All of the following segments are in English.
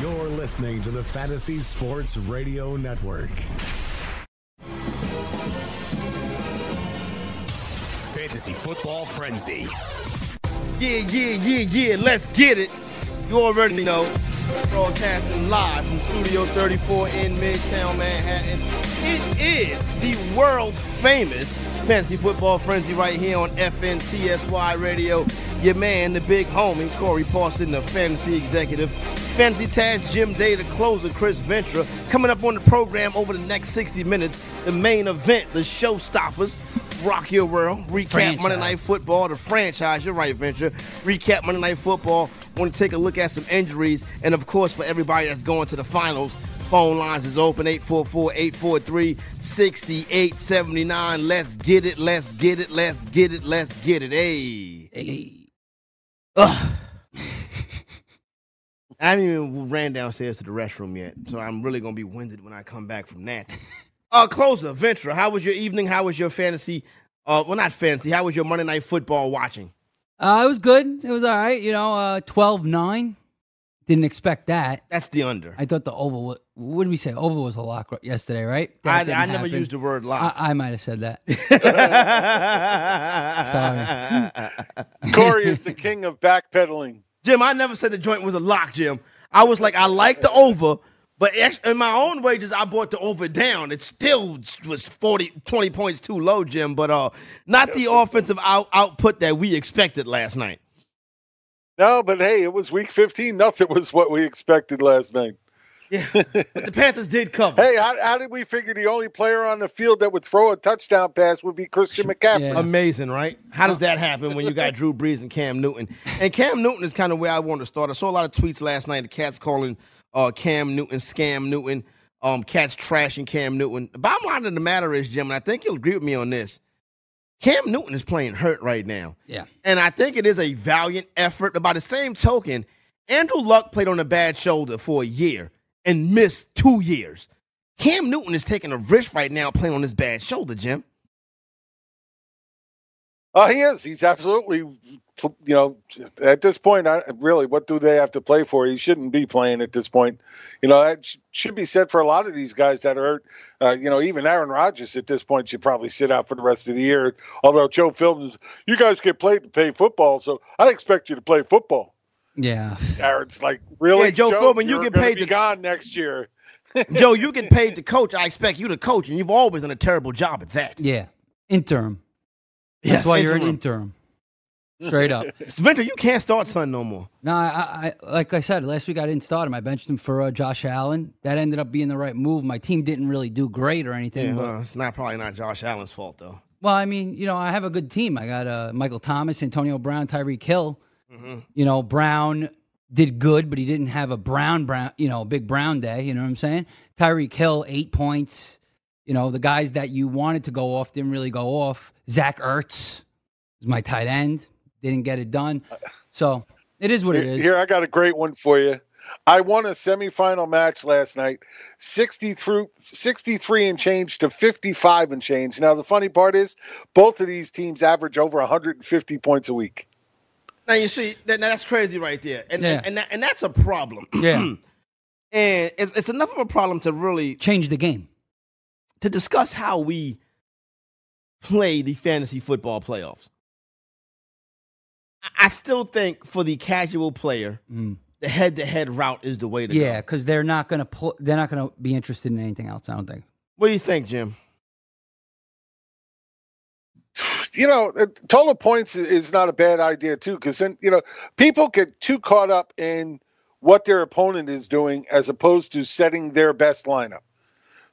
You're listening to the Fantasy Sports Radio Network. Fantasy Football Frenzy. Yeah, yeah, yeah, yeah. Let's get it. You already know. Broadcasting live from Studio 34 in Midtown Manhattan. It is the world famous Fantasy Football Frenzy right here on FNTSY Radio. Your man, the big homie, Corey Parson, the fantasy executive. Fantasy Taz, Jim Day, the closer, Chris Ventura. Coming up on the program over the next 60 minutes, the main event, the showstoppers. Rock your world. Recap Monday Night Football, the franchise. You're right, Venture. Recap Monday Night Football. Want to take a look at some injuries. And of course, for everybody that's going to the finals, phone lines is open 844 843 6879. Let's get it. Let's get it. Let's get it. Let's get it. Hey. Ugh. I haven't even ran downstairs to the restroom yet, so I'm really gonna be winded when I come back from that. Uh, closer, Ventura, how was your evening? How was your fantasy? Uh, well, not fantasy. How was your Monday night football watching? Uh, it was good. It was all right. You know, uh, 12 9. Didn't expect that. That's the under. I thought the oval, wa- what did we say? Oval was a lock ro- yesterday, right? That I, didn't I never happen. used the word I, lot. I might have said that. Corey is the king of backpedaling. Jim, I never said the joint was a lock, Jim. I was like, I like the over, but ex- in my own wages, I bought the over down. It still was 40, 20 points too low, Jim, but uh, not the offensive out- output that we expected last night. No, but hey, it was week 15. Nothing was what we expected last night. But the Panthers did cover. Hey, how, how did we figure the only player on the field that would throw a touchdown pass would be Christian McCaffrey? Yeah. Amazing, right? How does that happen when you got Drew Brees and Cam Newton? And Cam Newton is kind of where I want to start. I saw a lot of tweets last night. The cats calling uh, Cam Newton scam Newton. Um, cats trashing Cam Newton. The bottom line of the matter is, Jim, and I think you'll agree with me on this. Cam Newton is playing hurt right now. yeah. And I think it is a valiant effort. By the same token, Andrew Luck played on a bad shoulder for a year and missed two years. Cam Newton is taking a risk right now playing on his bad shoulder, Jim. Oh, he is. He's absolutely, you know, just- at this point, I, really, what do they have to play for? He shouldn't be playing at this point. You know, that sh- should be said for a lot of these guys that are hurt. Uh, you know, even Aaron Rodgers at this point should probably sit out for the rest of the year. Although Joe Phillips, you guys get paid to play football, so I expect you to play football. Yeah. Aaron's like, really? Yeah, Joe Philbin, you you're get gonna paid be to- gone next year. Joe, you get paid to coach. I expect you to coach, and you've always done a terrible job at that. Yeah. Interim. Yes, That's why you're an interim. interim. Straight up. Venture, you can't start son no more. No, I, I, I like I said last week, I didn't start him. I benched him for uh, Josh Allen. That ended up being the right move. My team didn't really do great or anything. Yeah, but, well, it's not probably not Josh Allen's fault though. well, I mean, you know, I have a good team. I got uh, Michael Thomas, Antonio Brown, Tyreek Hill. Mm-hmm. You know, Brown did good, but he didn't have a Brown Brown. You know, big Brown day. You know what I'm saying? Tyreek Hill, eight points. You know, the guys that you wanted to go off didn't really go off. Zach Ertz is my tight end. Didn't get it done. So it is what it is. Here, I got a great one for you. I won a semifinal match last night, 60 through 63 and change to 55 and change. Now, the funny part is, both of these teams average over 150 points a week. Now you see that now that's crazy right there, and Yeah. and and, that, and that's a problem. Yeah. and it's, it's enough of a problem to really Change the game. to discuss how we play the fantasy football playoffs. I- I still think for the casual player, Mm. the head-to-head route is the way to Yeah, go. because they're not gonna pull. They're not gonna be interested in anything else. I don't think. What do you think, Jim? you know, uh, total points i- is not a bad idea too, because then you know people get too caught up in what their opponent is doing as opposed to setting their best lineup.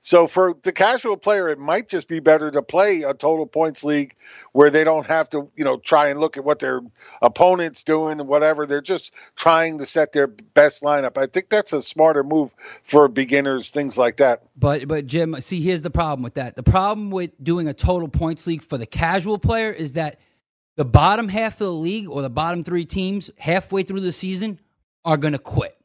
So for the casual player, it might just be better to play a total points league where they don't have to, you know, try and look at what their opponent's doing and whatever. They're just trying to set their best lineup. I think that's a smarter move for beginners, things like that. But but Jim, see, here's the problem with that. The problem with doing a total points league for the casual player is that the bottom half of the league or the bottom three teams halfway through the season are going to quit.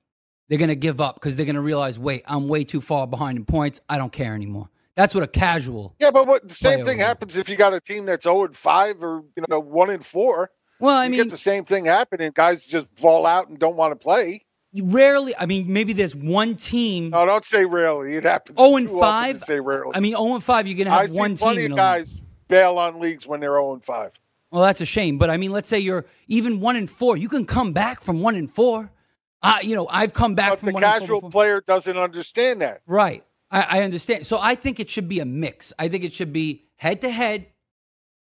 They're going to give up because they're going to realize, wait, I'm way too far behind in points. I don't care anymore. That's what a casual. Yeah, but what the same Player thing league. happens if you got a team that's 0 and 5 or, you know, 1 and 4. Well, I you mean, get the same thing happening. Guys just fall out and don't want to play. you rarely. I mean, maybe there's one team. No, don't say rarely. It happens. Oh, and too often to five? Say rarely. I mean, 0 and 5, you're going to I have see one team. plenty in of the league. guys bail on leagues when they're 0 and 5. Well, that's a shame. But I mean, let's say you're even one and four. You can come back from one and four. Uh, you know, I've come back But from the one and four casual before. player doesn't understand that. Right. I, I understand. So I think it should be a mix. I think it should be head to head,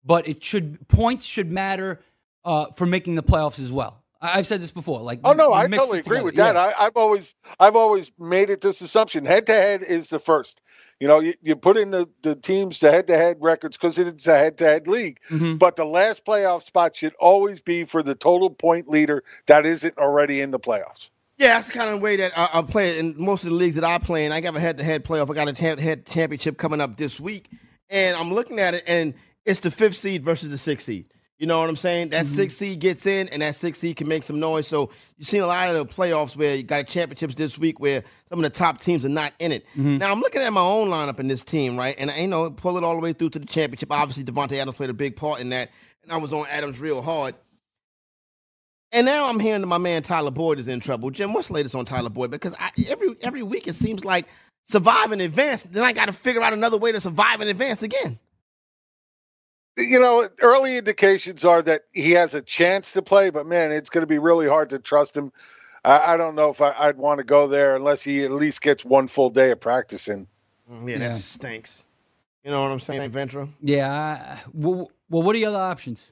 but it should points should matter uh, for making the playoffs as well. I, I've said this before. Like, Oh no, you I mix it totally agree together. with that. Yeah. I, I've always I've always made it this assumption. Head to head is the first. You know, you, you put in the, the teams the head to head records because it's a head to head league. Mhm. But the last playoff spot should always be for the total point leader that isn't already in the playoffs. Yeah, that's the kind of way that I, I play it in most of the leagues that I play in. I got a head-to-head playoff. I got a head-to-head championship coming up this week, and I'm looking at it, and it's the fifth seed versus the sixth seed. You know what I'm saying? That sixth seed gets in, and that sixth seed can make some noise. So you've seen a lot of the playoffs where you got championships this week where some of the top teams are not in it. Now I'm looking at my own lineup in this team, right? And I, you know, pull it all the way through to the championship. Obviously, Devontae Adams played a big part in that, and I was on Adams real hard. And now I'm hearing that my man Tyler Boyd is in trouble. Jim, what's the latest on Tyler Boyd? Because I, every every week it seems like survive in advance. Then I got to figure out another way to survive in advance again. You know, early indications are that he has a chance to play, but man, it's going to be really hard to trust him. I, I don't know if I, I'd want to go there unless he at least gets one full day of practicing. Mm, Yeah, Yeah. that stinks. You know what I'm saying, Ventra? Yeah. I- Well, well, what are your other options?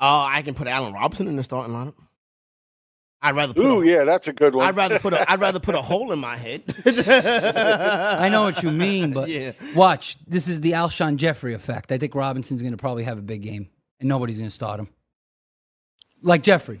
Oh, I can put Allen Robinson in the starting lineup. I'd rather put. Ooh, a, yeah, that's a good one. I'd rather put. A, I'd rather put a hole in my head. I know what you mean, but Yeah. watch. This is the Alshon Jeffrey effect. I think Robinson's going to probably have a big game, and nobody's going to start him. Like Jeffrey.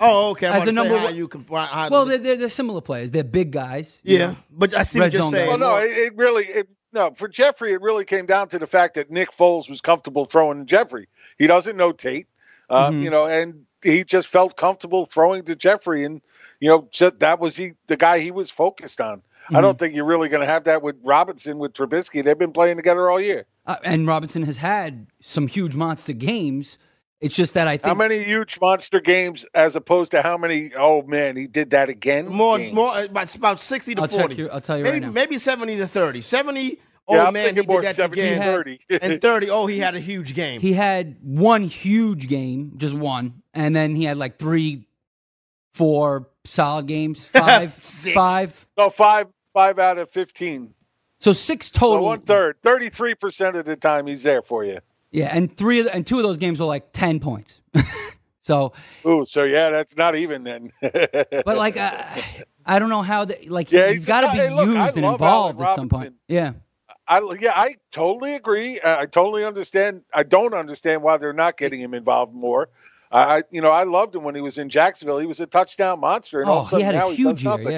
Oh, okay. I'm As As a number number how one- you can. How, Well, they're, they're, they're similar players. They're big guys. you yeah, know. but I see Red what you're zone saying. guy. Well, Oh, no, it, it really, it, no, for Jeffrey, it really came down to the fact that Nick Foles was comfortable throwing to Jeffrey. He doesn't know Tate, um, Mhm. you know, and he just felt comfortable throwing to Jeffrey, and you know, just, that was he the guy he was focused on. I Mm-hmm. don't think you're really going to have that with Robinson with Trubisky. They've been playing together all year. Uh, and Robinson has had some huge monster games. It's just that I How think many huge monster games as opposed to how many? Oh man, he did that again. More, games? more, uh, about, about 60 to I'll check 40. you- I'll tell you right maybe, now. Maybe 70 to 30. 70, oh Yeah, I'm man, he thinking did more that 70 again. 30. And 30, oh, he had a huge game. he had one huge game, just one, and then he had like three, four solid games, five, Six. five. no, five, five out of fifteen. So six So total. one third, thirty-three percent of the time he's there for you. Yeah, and three of the, and two of those games were like ten points. so, Ooh, so yeah, that's not even then. but like uh, I, I don't know how the like Yeah, he's he's- got to be hey, look, I used and love involved Allen at some point. Robinson. Yeah, I, yeah, I totally agree. Uh, I I totally understand. I don't understand why they're not getting him involved more. I, I- you know, I loved him when he was in Jacksonville. He was a touchdown monster. And all oh, of a sudden he had now a he huge year. does nothing.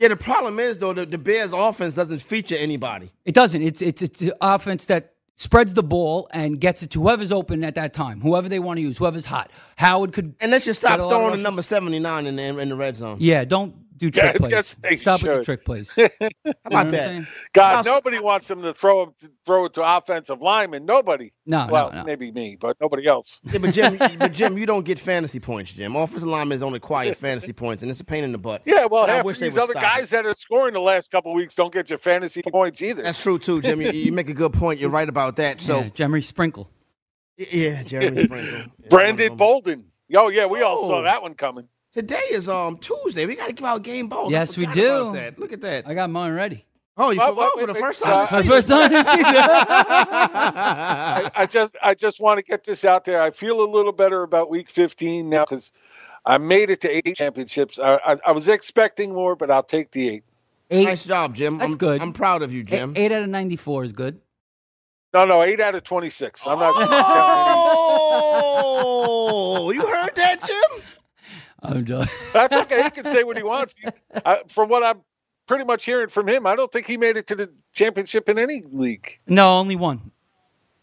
Yeah, yeah, the problem is, though, the, the Bears' offense doesn't feature anybody. it doesn't. It's it's it's an offense that spreads the ball and gets it to whoever's open at that time, whoever they want to use, whoever's hot. Howard could And let's just stop Got a lot of throwing the rushes. number 79 in the, in the red zone. Yeah, don't do trick Yeah, plays. yes, they Stop with the should. trick plays. You know How what about I'm that? saying? God, Now- nobody wants him to throw him to throw it to offensive linemen. Nobody. No, no, well, no. maybe me, but nobody else. Yeah, but Jim, but Jim, you don't get fantasy points, Jim. Offensive linemen don't acquire fantasy points, and it's a pain in the butt. Yeah, well, And I half wish of they these would other stop it. guys that are scoring the last couple weeks don't get your fantasy points either. That's true too, Jim. You, you make a good point. You're right about that. So, So, yeah, Jeremy Sprinkle. yeah, Jeremy Sprinkle, Brandon Um, Bolden. Oh yeah, we all saw Oh. that one coming. Today is um Tuesday. We got to give out game balls. I Yes, we forgot do. about that. Look at that. I got mine ready. Oh, you Well, forgot well, for the wait, first wait, time. so My this Uh, first time this season. season. I just I just want to get this out there. I feel a little better about week 15 now because I made it to eight championships. I, I, I was expecting more, but I'll take the eight. Eight. Nice job, Jim. That's I'm, good. I'm proud of you, Eight- Jim. eight out of 94 is good. No, no, eight out of twenty-six. I'm not. Oh, you heard that, Jim? I'm done. That's okay. He can say what he wants. He- I, from what I'm pretty much hearing from him, I don't think he made it to the championship in any league. no, only one.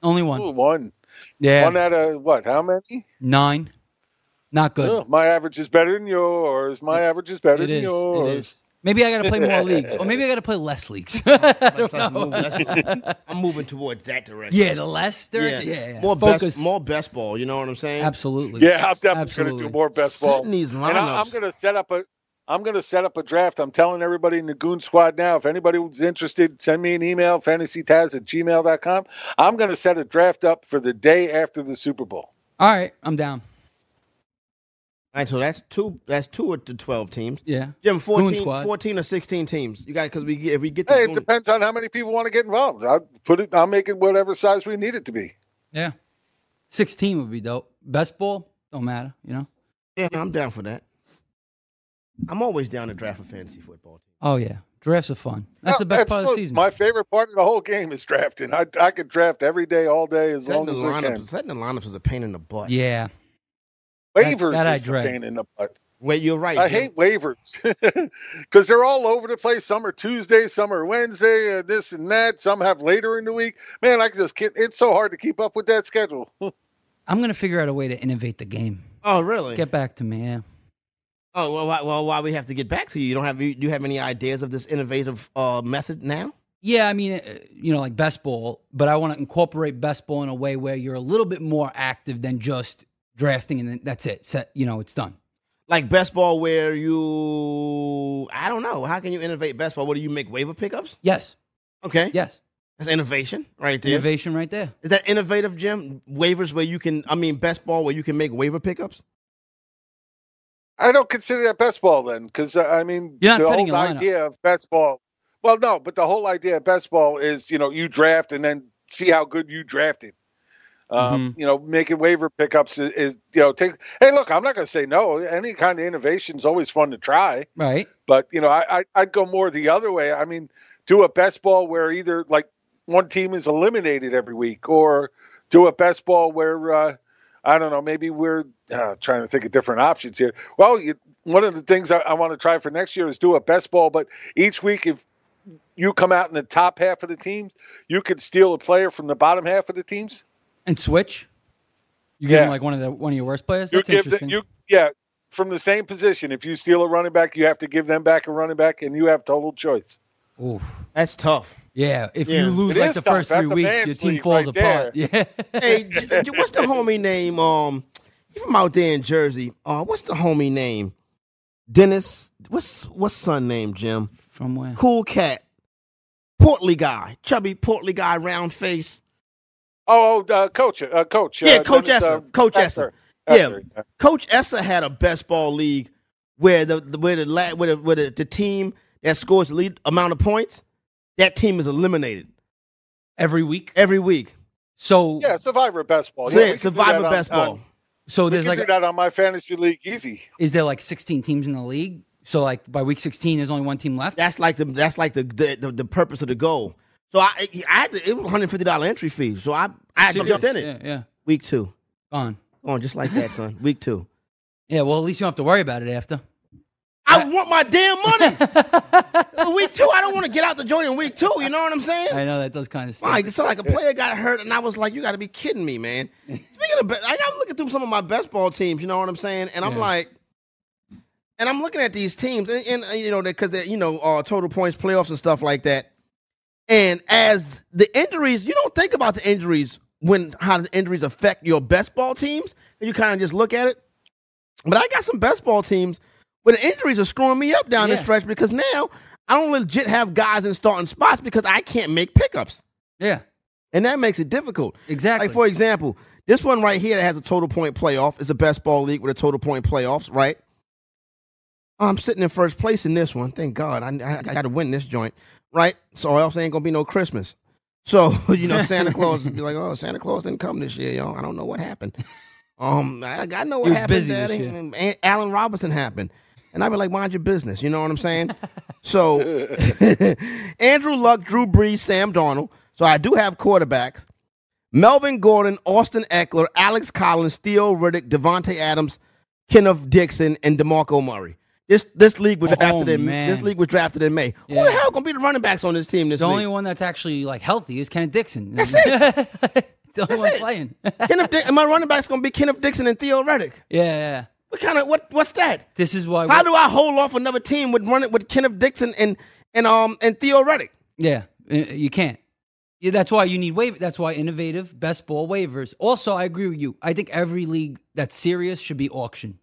Only one. Ooh, one, yeah. one out of what? How many? Nine. Not good. Ugh, my average is better than yours. My average is better it than is. yours. It is. Maybe I got to play more leagues, Oh, or maybe I got to play less leagues. I don't Let's know. move- let's- I'm moving towards that direction. Yeah, the less direction. Yeah, yeah, More focus. best, more best ball. You know what I'm saying? Absolutely. Yeah, I'm definitely going to do Absolutely. more best ball. Setting these And I, I'm lineups. going to set up a. I'm going to set up a draft. I'm telling everybody in the Goon Squad now. If anybody's interested, send me an email, fantasytaz at gmail.com. I'm going to set a draft up for the day after the Super Bowl. All right, I'm down. All right, so that's two. That's two of the twelve teams. Yeah. Jim, Goon 14, squad. 14 or sixteen teams. You got because we get if we get the Hey, it Goon- depends on how many people want to get involved. I'll put it. I'll make it whatever size we need it to be. Yeah. 16 would be dope. Best ball, don't matter, you know? Yeah, I'm down for that. I'm always down to draft a fantasy football team. Oh, yeah. Drafts are fun. That's the best part of the Absolute- season. My favorite part of the whole game is drafting. I I could draft every day, all day, as Setting long the as I can. lineups, setting the lineups is a pain in the butt. yeah. Waivers that I is the dread. pain in the butt. Wait, you're right. I Jim. hate waivers because they're all over the place. Some are Tuesday, some are Wednesday, uh, this and that. Some have later in the week. Man, I just can't. It's so hard to keep up with that schedule. I'm going to figure out a way to innovate the game. Oh, really? Get back to me. Yeah. Oh, well, why, well, why we have to get back to you? You don't have you, do you have any ideas of this innovative uh, method now? Yeah, I mean, uh, you know, like best ball, but I want to incorporate best ball in a way where you're a little bit more active than just drafting and then that's it. Set, you know, it's done. Like best ball, where you I don't know. How can you innovate best ball? What do you make waiver pickups? Yes. Okay, Yes. that's innovation right there. Innovation right there. Is that innovative, Jim? Waivers where you can, I mean, best ball where you can make waiver pickups. I don't consider that best ball then, because uh, I mean, You're not the setting whole a lineup. idea of best ball. Well, no, but the whole idea of best ball is you know you draft and then see how good you drafted. Um, You know, making waiver pickups is, is you know take. Hey, look, I'm not going to say no. Any kind of innovation is always fun to try. Right. But you know, I, I I'd go more the other way. I mean, do a best ball where either like one team is eliminated every week, or do a best ball where uh, I don't know. Maybe we're uh, trying to think of different options here. Well, you, one of the things I, I want to try for next year is do a best ball, but each week if you come out in the top half of the teams, you could steal a player from the bottom half of the teams. And switch. You give Yeah. him like one of the one of your worst players. You That's give the, interesting. you yeah from the same position. If you steal a running back, you have to give them back a running back, and you have total choice. Oof. That's tough. Yeah. If Yeah. you lose It like is the tough. first That's a three weeks, man's your team league falls right apart. Yeah. Hey, J- J- what's the homie name? Um, he from out there in Jersey. Uh, what's the homie name? Dennis. What's what's son name? Jim. From where? Cool cat. Portly guy. Chubby portly guy. Round face. Oh, oh, uh, coach, uh, coach. Yeah, uh, Coach Dennis, Esser, Coach Esser. Esser, Yeah. Coach Esser had a best ball league where the, the where the la- where, the, where the, the team that scores the lead amount of points, that team is eliminated Every week. every week. So Yeah, Survivor best ball. So, Yeah, we yeah, can do Survivor that on- best ball. on- so We there's can like do a- that on my fantasy league easy. is there like 16 teams in the league? So like by week 16, there's only one team left. That's like the that's like the the, the, the purpose of the goal. So I I had to, it was one hundred fifty dollar entry fee. So I I Serious. jumped in it Yeah, yeah. week two. Gone. Go on, just like that, son. Week two. Yeah. Well, at least you don't have to worry about it after. I want my damn money. week two. I don't want to get out the joint in week two. You know what I'm saying? I know that does kind of stink. Like, so like a player got hurt, and I was like, "You got to be kidding me, man." Speaking of, be- like, I'm looking through some of my best ball teams. You know what I'm saying? And I'm Yeah. like, and I'm looking at these teams, and, and, uh, you know, because they, you know, uh, total points, playoffs, and stuff like that. And as the injuries, you don't think about the injuries when how the injuries affect your best ball teams, and you kind of just look at it. But I got some best ball teams where the injuries are screwing me up down this Yeah. stretch because now I don't legit have guys in starting spots because I can't make pickups. yeah. And that makes it difficult. Exactly. Like, for example, this one right here that has a total point playoff is a best ball league with a total point playoffs, right? I'm sitting in first place in this one. Thank God. I, I, got to win this joint, right? So, or else there ain't going to be no Christmas. So, you know, Santa Claus would be like, oh, Santa Claus didn't come this year, y'all. I don't know what happened. Um, I, I know what was happened, busy this Daddy. year. And Allen Robinson happened. And I'd be like, mind your business. You know what I'm saying? So Andrew Luck, Drew Brees, Sam Darnold. So I do have quarterbacks. Melvin Gordon, Austin Eckler, Alex Collins, Theo Riddick, Devontae Adams, Kenneth Dixon, and DeMarco Murray. This this league was Oh, drafted in man. this league was drafted in May. Who Yeah. the hell gonna be the running backs on this team this The only week? one that's actually like healthy is Kenneth Dixon. That's it. It's the only That's one it. playing. Kenneth Dick- and my running backs gonna be Kenneth Dixon and Theo Riddick. Yeah, yeah. What kind of what what's that? This is why. How do I hold off another team with running with Kenneth Dixon and and um and Theo Riddick? Yeah, uh, you can't. Yeah, that's why you need waiver. That's why innovative best ball waivers. Also, I agree with you. I think every league that's serious should be auction.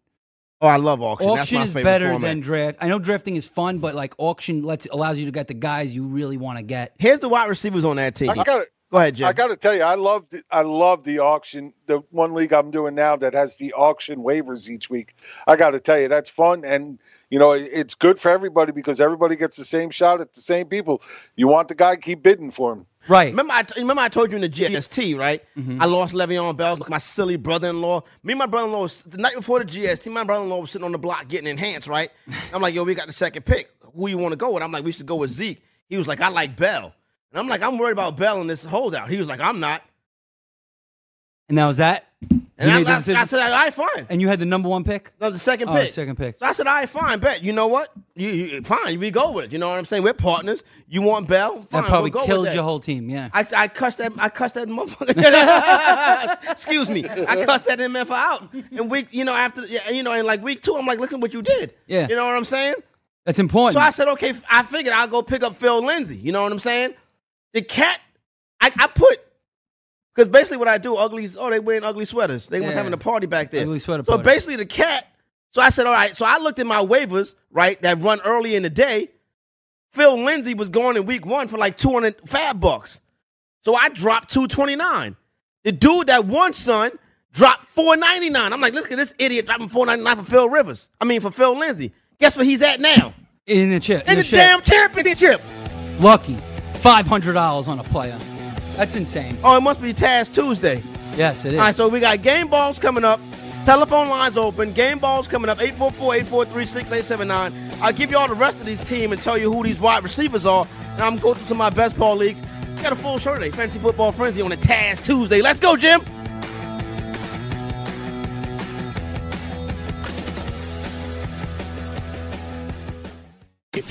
Oh, I love auction. That's Auction my is favorite better format. than draft. I know drafting is fun, but like auction lets allows you to get the guys you really want to get. Here's the wide receivers on that team. I got it. Go ahead, Jim. I got to tell you, I love the, I love the auction. The one league I'm doing now that has the auction waivers each week. I got to tell you, that's fun, and you know it- it's good for everybody because everybody gets the same shot at the same people. You want the guy, keep bidding for him. Right. Mm-hmm. Remember, I t- remember I told you in the GST, right? I lost Le'Veon Bell, like my silly brother-in-law. Me and my brother-in-law, was, the night before the GST, my brother-in-law was sitting on the block getting enhanced, right? I'm like, yo, we got the second pick. Who you want to go with? I'm like, we should go with Zeke. He was like, I like Bell. And I'm like, I'm worried about Bell in this holdout. He was like, I'm not. And that was that. And You I, made the I, I decision? said, all right, fine. and you had the number one pick. No, the second Oh, pick. second pick. So I said, all right, fine, bet. You know what? You, you fine. We go with it. You know what I'm saying? We're partners. You want Bell? Fine, That probably we'll go with killed that. your whole team. Yeah. I, I cussed that I cussed that motherfucker. Excuse me, I cussed that MF out. And week, you know, after yeah, you know, in like week two, I'm like, listen, what you did. Yeah. You know what I'm saying? that's important. So I said, okay, I figured I'll go pick up Phil Lindsay. You know what I'm saying? The cat, I, I put because basically what I do, uglies. Oh, they wearing ugly sweaters. They was Yeah. having a party back there. Ugly sweater So party. basically the cat. So I said, all right. So I looked at my waivers, right, that run early in the day. Phil Lindsay was going in week one for like 200 fab bucks. So I dropped 229. The dude that won son dropped 499. I'm like, look at this idiot dropping 499 for Phil Rivers. I mean for Phil Lindsay. Guess where he's at now? in the chip. In the chip. damn championship. lucky. Five hundred dollars on a player. That's insane. Oh, it must be Taz Tuesday. Yes, it is. All right, so we got game balls coming up. Telephone lines open. Game balls coming up. 844-843-6879. I'll give y'all the rest of these team and tell you who these wide receivers are. And I'm going through some of my best ball leagues. We got a full show today. Fantasy Football Frenzy on a Taz Tuesday. Let's go, Jim. If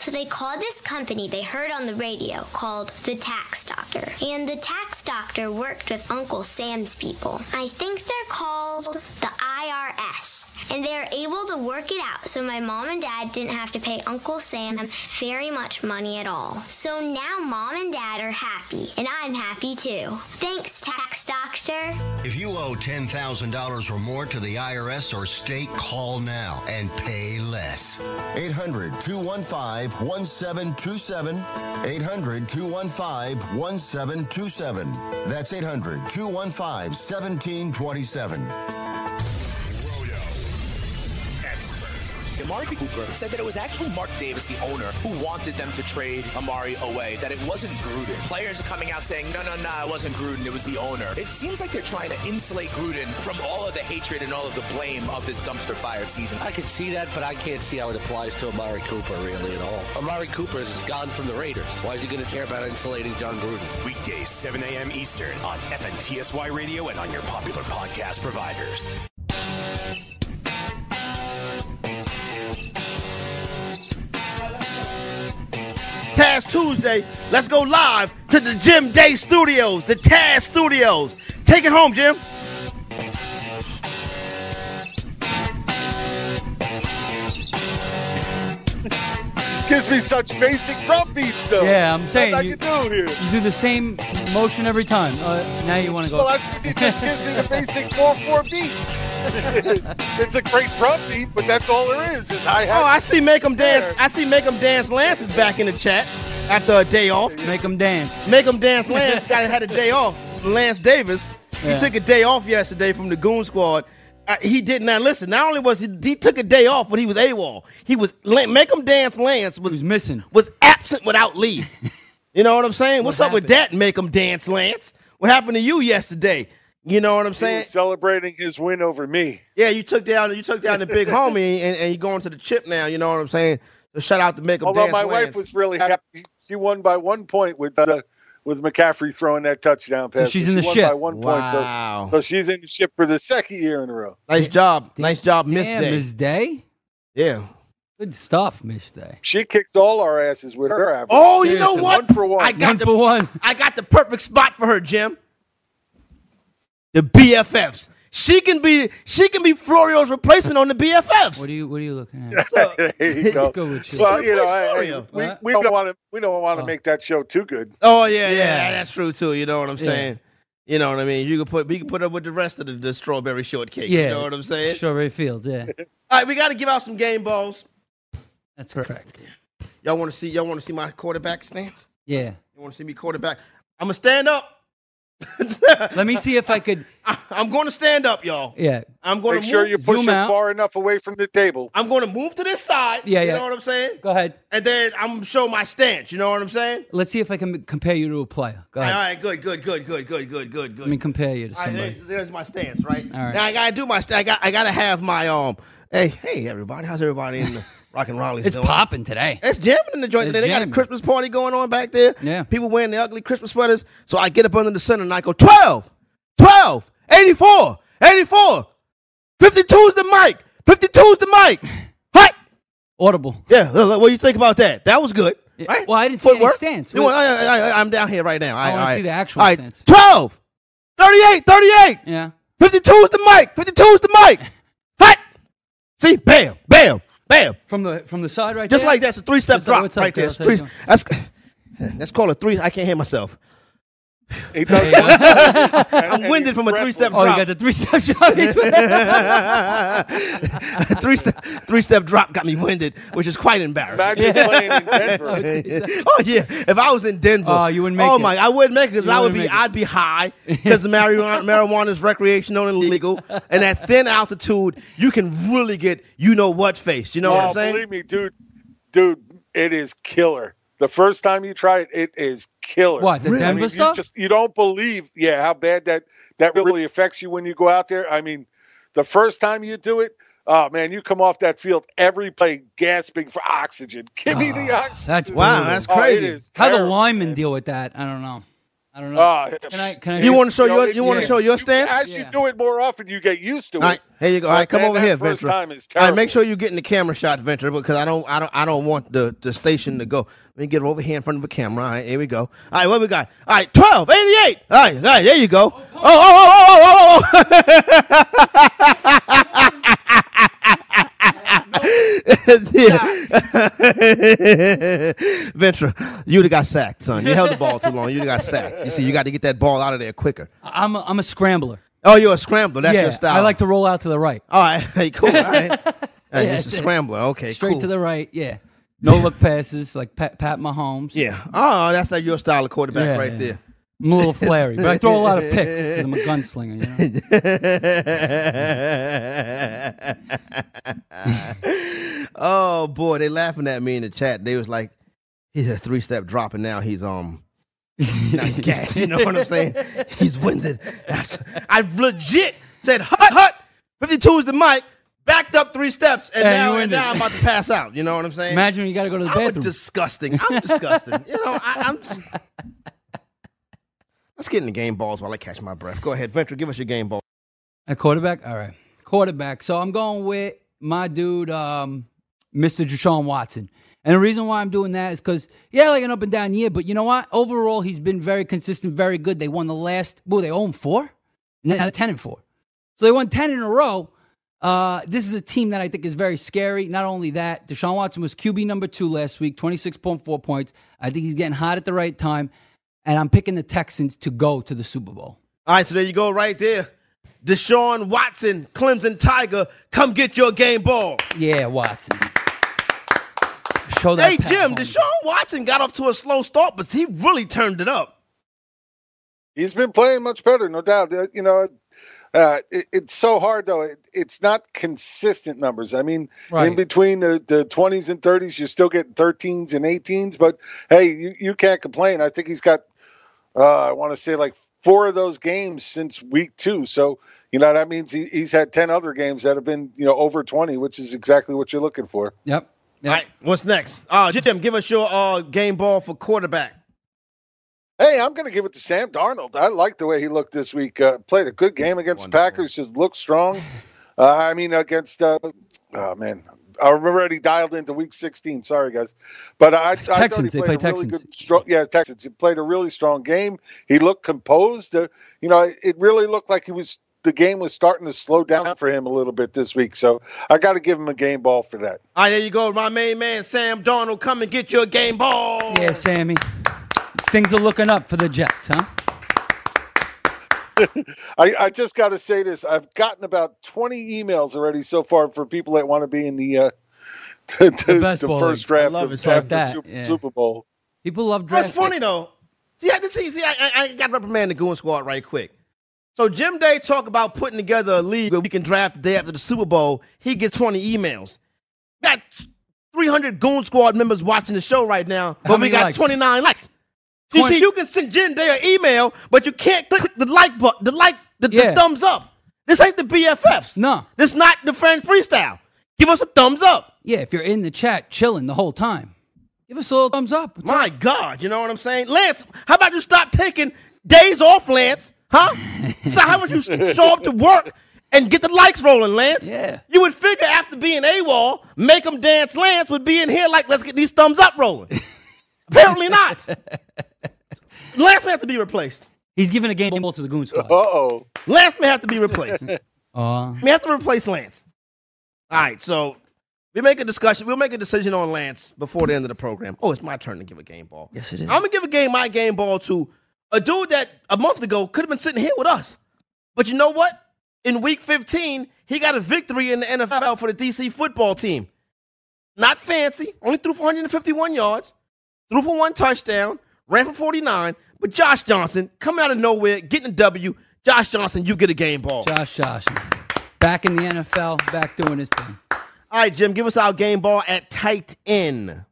So they called this company they heard on the radio called The Tax Doctor. And the tax doctor worked with Uncle Sam's people. I think they're called the IRS. And they are able to work it out so my mom and dad didn't have to pay Uncle Sam very much money at all. So now mom and dad are happy, and I'm happy too. Thanks, Tax Doctor. If you owe $10,000 or more to the IRS or state, call now and pay less. 800 215 1727. 800 215 1727. That's 800 215 1727. Amari Cooper said that it was actually Mark Davis, the owner, who wanted them to trade Amari away, that it wasn't Gruden. Players are coming out saying, no, no, no, it wasn't Gruden, it was the owner. It seems like they're trying to insulate Gruden from all of the hatred and all of the blame of this dumpster fire season. I can see that, but I can't see how it applies to Amari Cooper really at all. Amari Cooper is gone from the Raiders. Why is he going to care about insulating John Gruden? Weekdays, 7 a.m. Eastern on FNTSY Radio and on your popular podcast providers. Taz Tuesday. Let's go live to the Jim Day Studios, the Taz Studios. Take it home, Jim. gives me such basic front beats, though. Yeah, I'm saying Nothing you- I can do here. You do the same motion every time. Uh, now you want to go. Well, that's because he just gives me the basic 4 4 beat. it's a great drum beat, but that's all there is. Is hi hat. Oh, I see. Make 'em dance. I see. Make 'em dance. Lance is back in the chat after a day off. Make 'em dance. Make 'em dance. Lance got had a day off. Lance Davis. Yeah. He took a day off yesterday from the Goon Squad. Uh, he did not listen. Not only was he, he took a day off, but he was AWOL. He was La- make 'em dance. Lance was, missing. Was absent without leave. you know what I'm saying? What's up with that? Make 'em dance, Lance. What happened to you yesterday? You know what I'm He saying? was celebrating his win over me. Yeah, you took down you took down the big homie and, and you going to the chip now, you know what I'm saying? So shout out to make 'em Although dance. my Lance. wife was really happy. She won by one point with uh, with McCaffrey throwing that touchdown pass. she's So in she the won ship. By one point, Wow. so, so she's in the ship for the second year in a row. Nice job. Nice job, Miss Damn, Day. Miss Day. Yeah. Good stuff, Miss Day. She kicks all our asses with her average. Oh, you know what? One for one. I got One the, for one. I got the perfect spot for her, Jim. The BFFs. She can be she can be Florio's replacement on the BFFs. What are you What are you looking at? there you go. Go with you. Well, you know, I- Florio. I- What? we, we don't want to we don't want to make that show too good. Oh yeah, yeah, Yeah. that's true too. You know what I'm Yeah. saying? You know what I mean? You can put we can put up with the rest of the, the strawberry shortcake. yeah. You know what I'm saying? Strawberry Fields. Yeah, All right, we got to give out some game balls. that's correct. Y'all want to see? Y'all want to see my quarterback stance? Yeah. You want to see me quarterback? I'm gonna stand up. Let me see if I could. I'm gonna stand up, y'all. Yeah. I'm gonna Make sure move, you push Zoom it out. far enough away from the table. I'm gonna move to this side. Yeah, you yeah. know what I'm saying? Go ahead. And then I'm gonna show my stance. You know what I'm saying? Let's see if I can compare you to a player. Go All ahead. right, good, good, good, good, good, good, good, good. Let me compare you to All right, somebody. there's, there's my stance, right? All right. Now I gotta do my. St- I got. I gotta have my um. Hey, hey, everybody! How's everybody in the Rock and Raleigh's It's doing? popping today. It's jamming in the joint It's today. They got a jamming. Christmas party going on back there. Yeah. People wearing the ugly Christmas sweaters. So I get up under the sun and I go 12, 12, 84, 84, 52's the mic, 52's the mic. Hot. Audible. Yeah, look, look, what do you think about that? That was good. Yeah, Right? well, I didn't see any Footwork. stance. You What- want- I, am down here right now. I wanna see the actual stance. 12, 38, 38. Yeah. 52 is the mic. 52 is the mic. Hot. See, bam, bam, bam. From the from the side right Just there. like that's a three step Just like, drop what's up, right there. girls? How Three, you doing? that's that's called a three. I can't hear myself. He does- I'm winded from a three step Oh, you drop. got the three step shot. three step three step drop got me winded, which is quite embarrassing. Imagine playing in Denver. oh yeah, if I was in Denver, Oh, you wouldn't make oh it. my, I wouldn't make it because You I would wouldn't be, make it. I'd be high because marijuana, marijuana is recreational and legal, and at thin altitude, you can really get you know what face. You know what I'm Oh, saying? believe me, dude, dude, it is killer. The first time you try it, it is killer. What, the Denver I mean, stuff? You, just, you don't believe, yeah, how bad that that really affects you when you go out there. I mean, the first time you do it, oh man, you come off that field every play gasping for oxygen. Give me the Ah. oxygen. that's Wow, that's Oh, it crazy. is How the terrible, linemen man. deal with that? I don't know. I don't know. Ah. Oh, can I? Can I? You want to show know, your it- you want to yeah. show your stance? As Yeah. you do it more often, you get used to it. All right, here you go. All right, But, come man, over that here, first Ventura. time is All right, make terrible. sure you get in the camera shot, Ventura, because I don't, I don't, I don't want the, the station to go. Let me get over here in front of the camera. All right, here we go. All right, what we got? All right, twelve eighty-eight. All right, all right, there you go. Oh, oh, oh, oh, oh, oh, oh. Ventura, you'd have got sacked, son. You held the ball too long. You'd have got sacked. You see, you got to get that ball out of there quicker. I'm a, I'm a scrambler. Oh, you're a scrambler. That's yeah, your style. I like to roll out to the right, All right, hey, cool. All right. Hey, it's a scrambler. Okay, straight cool. to the right. Yeah. No look passes like Pat, Pat Mahomes. yeah. Oh, that's like your style of quarterback Yeah, right yeah. there. I'm a little flary, but I throw a lot of picks 'cause I'm a gunslinger. You know? oh boy, they laughing at me in the chat. They was like, he's a three step drop, and now he's um. now he's gassed. You know what I'm saying? He's winded. I legit said, hut, hut. 52 is the mic. Backed up three steps, and Yeah, now, you and winded. now I'm about to pass out. You know what I'm saying? Imagine you got to go to the I'm a bathroom. disgusting. I'm disgusting. you know, I, I'm. Just... Let's get in the game balls while I catch my breath. Go ahead, Venture. Give us your game ball. A quarterback? All right. Quarterback. So I'm going with my dude, um, Mr. Deshaun Watson. And the reason why I'm doing that is because, yeah, like an up and down year, but you know what? Overall, he's been very consistent, very good. oh, They won the last, well, they own four? Now they're 10 and four. So they won 10 in a row. Uh, this is a team that I think is very scary. Not only that, Deshaun Watson was QB number two last week, 26.4 points. I think he's getting hot at the right time. And I'm picking the Texans to go to the Super Bowl. All right, so there you go, right there. Deshaun Watson, Clemson Tiger, come get your game ball. Yeah, Watson. Show that. Hey, power. Jim, Deshaun Watson got off to a slow start, but he really turned it up. He's been playing much better, no doubt. Uh, You know, uh, it, it's so hard though. It, it's not consistent numbers. I mean, in Right. between the the twenties and thirties, you're still getting thirteens and eighteens. But hey, you, you can't complain. I think he's got, uh, I want to say like four of those games since week two. So you know that means he, he's had ten other games that have been you know over twenty, which is exactly what you're looking for. Yep. All right, what's next? Uh, Jim, give us your uh, game ball for quarterback. Hey, I'm going to give it to Sam Darnold. I like the way he looked this week. Uh, played a good game against the Packers. Just looked strong. Uh, I mean, against uh, oh man, I already dialed into Week 16. Sorry guys, but I, I Texans, they thought he played play a really Texans. good, strong. Yeah, Texans. He played a really strong game. He looked composed. Uh, you know, it really looked like he was. The game was starting to slow down for him a little bit this week, so I got to give him a game ball for that. All right, there you go, my main man, Sam Donald. Come and get your game ball. Yeah, Sammy. Things are looking up for the Jets, huh? I, I just got to say this. I've gotten about 20 emails already so far for people that want to be in the uh, the, the- best the ball first league. draft I love of it. It's like after that, Super, yeah. Super Bowl. People love That's draft. funny though. See, I can see. See, I, I, I got to reprimand the Goon Squad right quick. So Jim Day talk about putting together a league where we can draft the day after the Super Bowl. He gets twenty emails. Got three hundred Goon Squad members watching the show right now, How but we many got likes? twenty nine likes. You see, you can send Jim Day an email, but you can't click the like button, the like, the, the Yeah. thumbs up. This ain't the BFFs. No. this not the friend freestyle. Give us a thumbs up. Yeah, if you're in the chat chilling the whole time, give us a little thumbs up. What's My God, you know what I'm saying? Lance, how about you stop taking days off, Lance? Huh? so how about you show up to work and get the likes rolling, Lance? Yeah. You would figure after being AWOL, make them dance Lance would be in here like, let's get these thumbs up rolling. Apparently not. Lance may have to be replaced. He's giving a game ball to the Goon Squad. Uh-oh. Lance may have to be replaced. Uh, We have to replace Lance. All right, so we make a discussion. We'll make a decision on Lance before the end of the program. Oh, it's my turn to give a game ball. yes, it is. I'm gonna give a game my game ball to a dude that a month ago could have been sitting here with us. But you know what? In week 15, he got a victory in the NFL for the DC football team. Not fancy, only threw for 151 yards, threw for one touchdown, ran for 49. But Josh Johnson, coming out of nowhere, getting a W. Josh Johnson, you get a game ball. Josh Johnson. Back in the NFL, back doing his thing. All right, Jim, give us our game ball at tight end.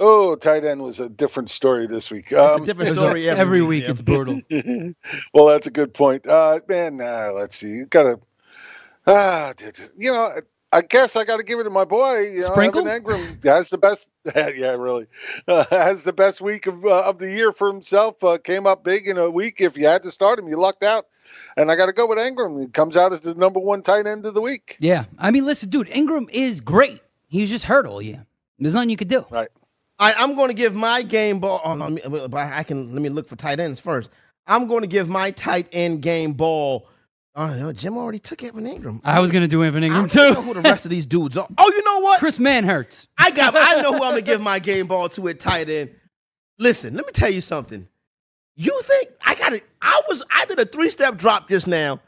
Oh, tight end was a different story this week. That's Um, a different There's a- story every, every week Jim. it's brutal. well, that's a good point. Uh, man, uh, let's see. You got to, uh, you know, I guess I got to give it to my boy. You know, Sprinkle? Evan Engram has the best. yeah, really, uh, has the best week of uh, of the year for himself. Uh, came up big in a week. If you had to start him, you lucked out. And I got to go with Engram. He comes out as the number one tight end of the week. Yeah. I mean, listen, dude, Ingram is great. He was just hurt all year. There's nothing you could do. Right. All right, I'm going to give my game ball. Oh, let me, but I can let me look for tight ends first. I'm going to give my tight end game ball. Oh, no, Jim already took Evan Ingram. I was going to do Evan I Ingram, don't know too. who the rest of these dudes are. Oh, you know what? Chris Manhurts. I got. I know who I'm gonna give my game ball to at tight end. Listen, let me tell you something. You think I got it? I was. I did a three step drop just now.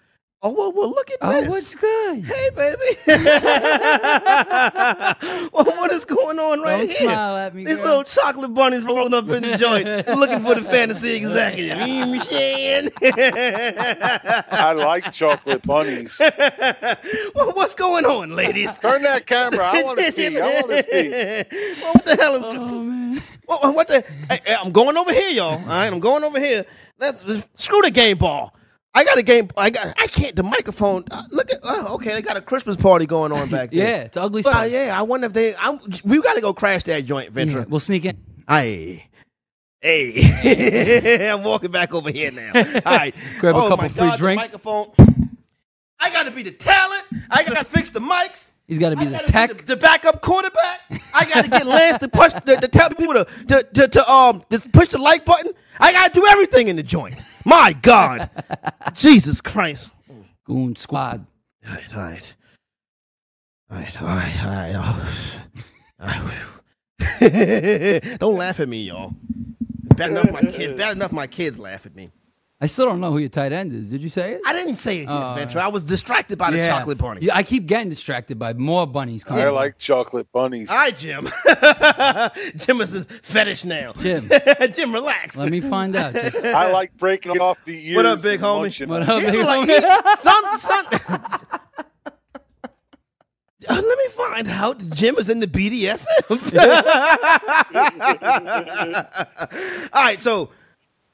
Oh well, well look at Oh, this. what's good? Hey, baby. well, what is going on right Don't here? smile at me, These girl. little chocolate bunnies rolling up in the joint, looking for the fantasy executive. You know what I'm saying? I like chocolate bunnies. well, what's going on, ladies? Turn that camera. I want to see. I want to see. Well, what the hell is? Oh man. What, what the? Hey, hey, I'm going over here, y'all. All right, I'm going over here. Let's, let's- screw the game ball. I got a game. I got. I can't. The microphone. Uh, look at. Oh, okay, they got a Christmas party going on back there. Yeah, it's ugly Well, stuff. yeah, I wonder if they. I'm, we got to go crash that joint, Yeah, Ventra. we'll sneak in. Hey. Hey, I'm walking back over here now. All right, Grab a oh couple my free God, the drinks. microphone. I got to be the talent. I got to fix the mics. He's got to be I the gotta tech. the, the backup quarterback. I got to get Lance to push to, to tell people to to, to, to um to push the like button. I got to do everything in the joint. My God, Jesus Christ! Goon Squad. All right, all right. right, all right, all right. Oh. Don't laugh at me, y'all. Bad enough my kids. Bad enough my kids laugh at me. I still don't know who your tight end is. Did you say it? I didn't say it yet, Oh, Ventura. I was distracted by the Yeah. chocolate bunnies. Yeah, I keep getting distracted by more bunnies coming. I like chocolate bunnies. All right, Jim. Jim is the fetish now. Jim. Jim, relax. Let me find out. I like breaking off the ears. What up, big and homie? munching What on up, it. big You're like, homie? he- son, son. Uh, Let me find out. Jim is in the BDSM. All right, so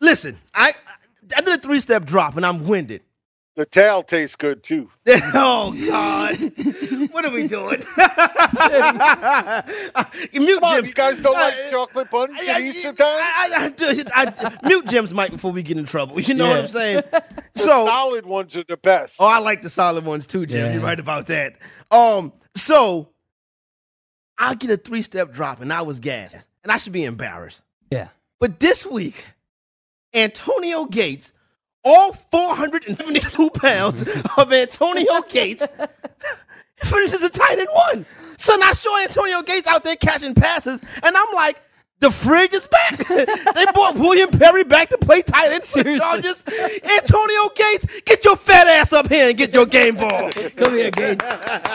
listen, I I did a three step drop and I'm winded. The tail tastes good too. oh God, what are we doing? mute Come on, Jim's you guys don't I- like chocolate bunnies I- at Easter time? I, I, I do- I- mute Jim's mic before we get in trouble. You know what I'm saying? So Solid ones are the best. Oh, I like the solid ones too, Jim. Yeah. You're right about that. Um, so I get a three step drop, and I was gassed, and I should be embarrassed. Yeah. But this week, Antonio Gates, all 472 pounds of Antonio Gates, finishes a tight end one. Son, I saw Antonio Gates out there catching passes, and I'm like. The fridge is back. they brought William Perry back to play tight end for the Seriously. Chargers. Antonio Gates, get your fat ass up here and get your game ball. Come here, Gates.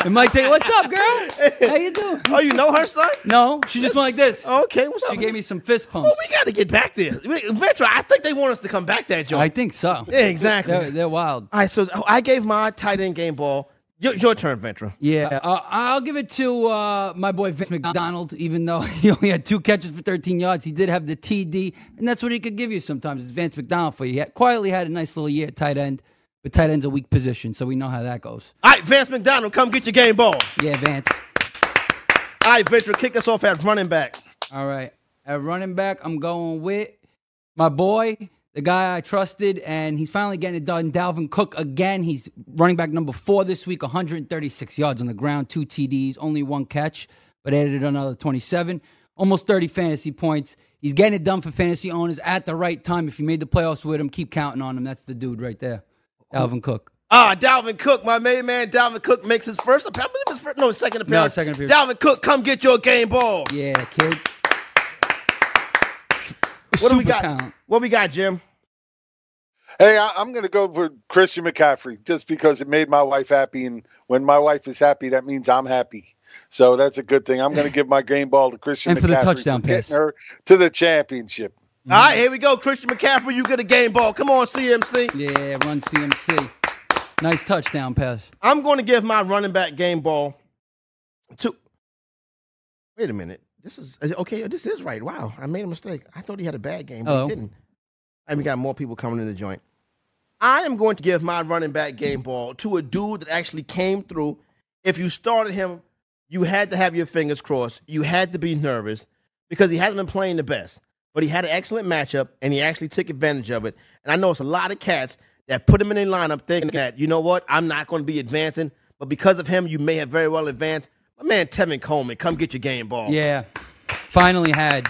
And Mike Tate, what's up, girl? How you doing? Oh, you know her, son? No, she just went like this. Okay, what's up? She gave me some fist pumps. Oh, we got to get back there. Wait, Ventura, I think they want us to come back that joint. I think so. yeah, exactly. They're, they're wild. All right, so oh, I gave my tight end game ball. Your, your turn, Ventra. Yeah, uh, I'll give it to uh, my boy Vince McDonald. Even though he only had two catches for 13 yards, he did have the TD, and that's what he could give you sometimes. It's Vince McDonald for you. He had- quietly had a nice little year at tight end, but tight end's a weak position, so we know how that goes. All right, Vance McDonald, come get your game ball. Yeah, Vance. All right, Ventra, kick us off at running back. All right, at running back, I'm going with my boy, the guy I trusted, and he's finally getting it done. Dalvin Cook again. He's running back number four this week, 136 yards on the ground, two TDs, only one catch, but added another 27, almost 30 fantasy points. He's getting it done for fantasy owners at the right time. If you made the playoffs with him, keep counting on him. That's the dude right there, Dalvin Cook. Ah, Dalvin Cook, my main man, Dalvin Cook makes his first appearance. I believe his first, no, his second appearance. second appearance. Dalvin Cook, come get your game ball. Yeah, kid. What Super do we got? talent. Mm-hmm. What we got, Jim? Hey, I, I'm going to go for Christian McCaffrey just because it made my wife happy, and when my wife is happy, that means I'm happy. So that's a good thing. I'm going to give my game ball to Christian And for the McCaffrey touchdown for pass. getting her to the championship. All right, here we go. Christian McCaffrey, you get a game ball. Come on, CMC. Yeah, run CMC. Nice touchdown pass. I'm going to give my running back game ball to. Wait a minute. This is is it- okay. This is right. Wow, I made a mistake. I thought he had a bad game, but Oh. he didn't. And we got more people coming in the joint. I am going to give my running back game ball to a dude that actually came through. If you started him, you had to have your fingers crossed. You had to be nervous because he hasn't been playing the best. But he had an excellent matchup and he actually took advantage of it. And I know it's a lot of cats that put him in their lineup thinking that, you know what, I'm not going to be advancing. But because of him, you may have very well advanced. My man Tevin Coleman, come get your game ball. Yeah. Finally had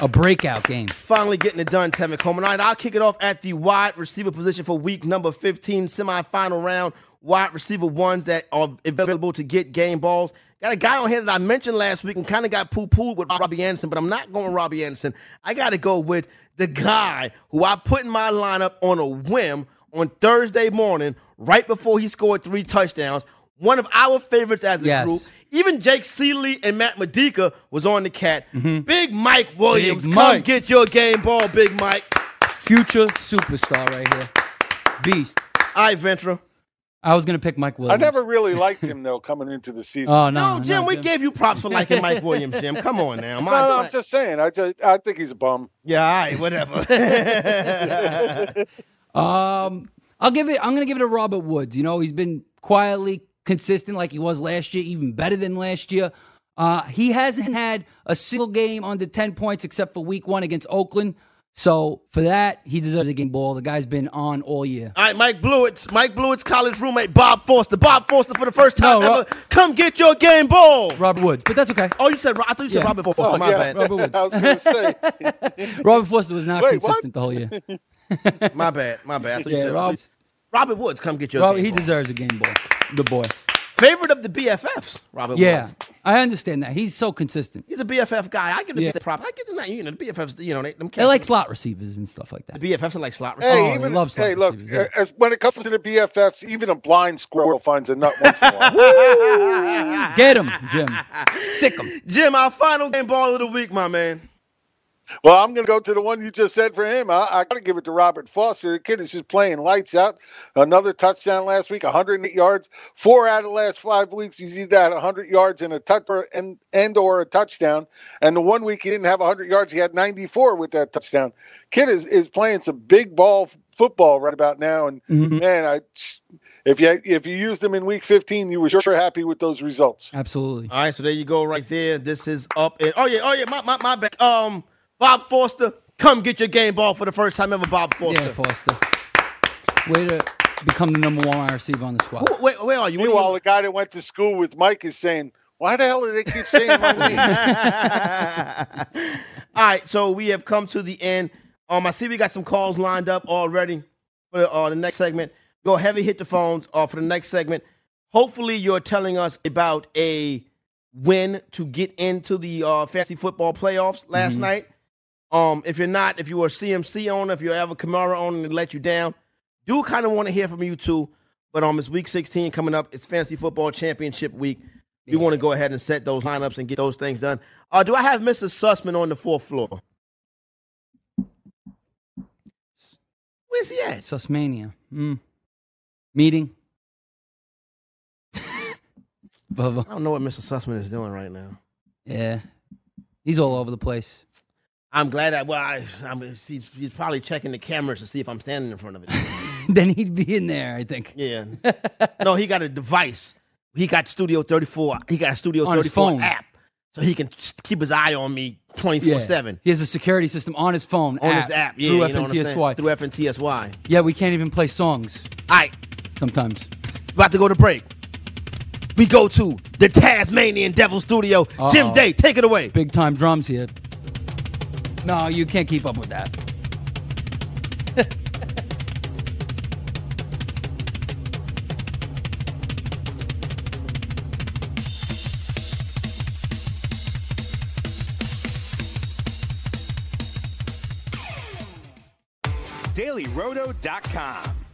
a breakout game. Finally getting it done, Tevin Coleman. All right, I'll kick it off at the wide receiver position for week number 15, semifinal round. Wide receiver ones that are available to get game balls. Got a guy on here that I mentioned last week and kind of got poo pooed with Robbie Anderson, but I'm not going Robbie Anderson. I got to go with the guy who I put in my lineup on a whim on Thursday morning, right before he scored three touchdowns. One of our favorites as a Yes. group. Even Jake Seeley and Matt Medica was on the cat. Big Mike Williams, Big come Mike. get your game ball, Big Mike. Future superstar right here. Beast. All right, Ventra. I was going to pick Mike I Mm-hmm. Williams. never really liked him though coming into the season. Oh, no. No, Jim, no, we gave you props for liking Mike Williams, Jim. Come on now. My, no, no, I'm just saying. I just I think he's a bum. yeah, all right, whatever. Um, I'll give it. I'm gonna give it to Robert Woods. You know, he's been quietly consistent like he was last year, even better than last year. Uh, he hasn't had a single game under ten points except for Week One against Oakland. So for that, he deserves a game ball. The guy's been on all year. all right, Mike Blewett's, Mike Blewett's college roommate, Bob Forster. Bob Forster, for the first time No, Ro- ever, come get your game ball. Robert Woods, but that's okay. Oh, you said, Ro- I thought you said Yeah. Robert Forster. Oh, my yeah. bad. Woods. I was going to say. Robert Forster was not Wait, what? consistent the whole year. My bad. My bad. I thought you Yeah, said Rob, Robert Woods, come get your Rob game he ball. deserves a game ball. The boy. Favorite of the BFFs, Robert yeah, Woods. I understand that. He's so consistent. He's a BFF guy. I give him Yeah. the props. I give them, you know, the BFFs, you know, they, them They like slot receivers and stuff like that. The BFFs are like slot Hey, receivers. even hey, look. As when it comes to the BFFs, even a blind squirrel finds a nut once in a while. Get him, Jim. Sick him. Jim, our final game ball of the week, my man. Well, I'm going to go to the one you just said for him. I, I got to give it to Robert Foster. The kid is just playing lights out. Another touchdown last week, 108 yards. Four out of the last five weeks, he's either had 100 yards and a touch or, and, and or a touchdown. And the one week he didn't have 100 yards, he had 94 with that touchdown. Kid is, is playing some big ball f- football right about now. And man, I if you if you used him in week 15, you were sure happy with those results. Absolutely. All right, so there you go, right there. This is up. And, oh yeah, oh yeah, my my my back. Um, Bob Foster, come get your game ball for the first time ever, Bob Foster. Yeah, Foster. Way to become the number one wide receiver on the squad. Who- oh, wait, where are you? What do you- Meanwhile, the guy that went to school with Mike is saying, "Why the hell do they keep saying my name?" All right, so we have come to the end. Um, I see we got some calls lined up already for the, uh, the next segment. Go heavy, hit the phones uh, for the next segment. Hopefully, you're telling us about a win to get into the uh, fantasy football playoffs last night. Um, if you're not, if you were a CMC owner, if you have a Camaro owner and it let you down, do kind of want to hear from you too. But um, it's week 16 coming up. It's fantasy football championship week. We want to go ahead and set those lineups and get those things done. Uh, do I have Mr. Sussman on the fourth floor? Where's he at? Sussmania. Mm. Meeting. Bubba. I don't know what Mr. Sussman is doing right now. Yeah. He's all over the place. I'm glad I. Well, I, I mean, he's, he's probably checking the cameras to see if I'm standing in front of it. then he'd be in there, I think. Yeah. no, he got a device. He got Studio 34. He got a Studio On his 34 phone. app. So he can just keep his eye on me 24 7 He has a security system on his phone. on his app. through Yeah, you know what I'm saying? FNTSY. Through FNTSY. Yeah, we can't even play songs All right, sometimes. about to go to break. We go to the Tasmanian Devil Studio. Jim Uh-oh. Day, take it away. Big time drums here. No, you can't keep up with that. DailyRoto.com.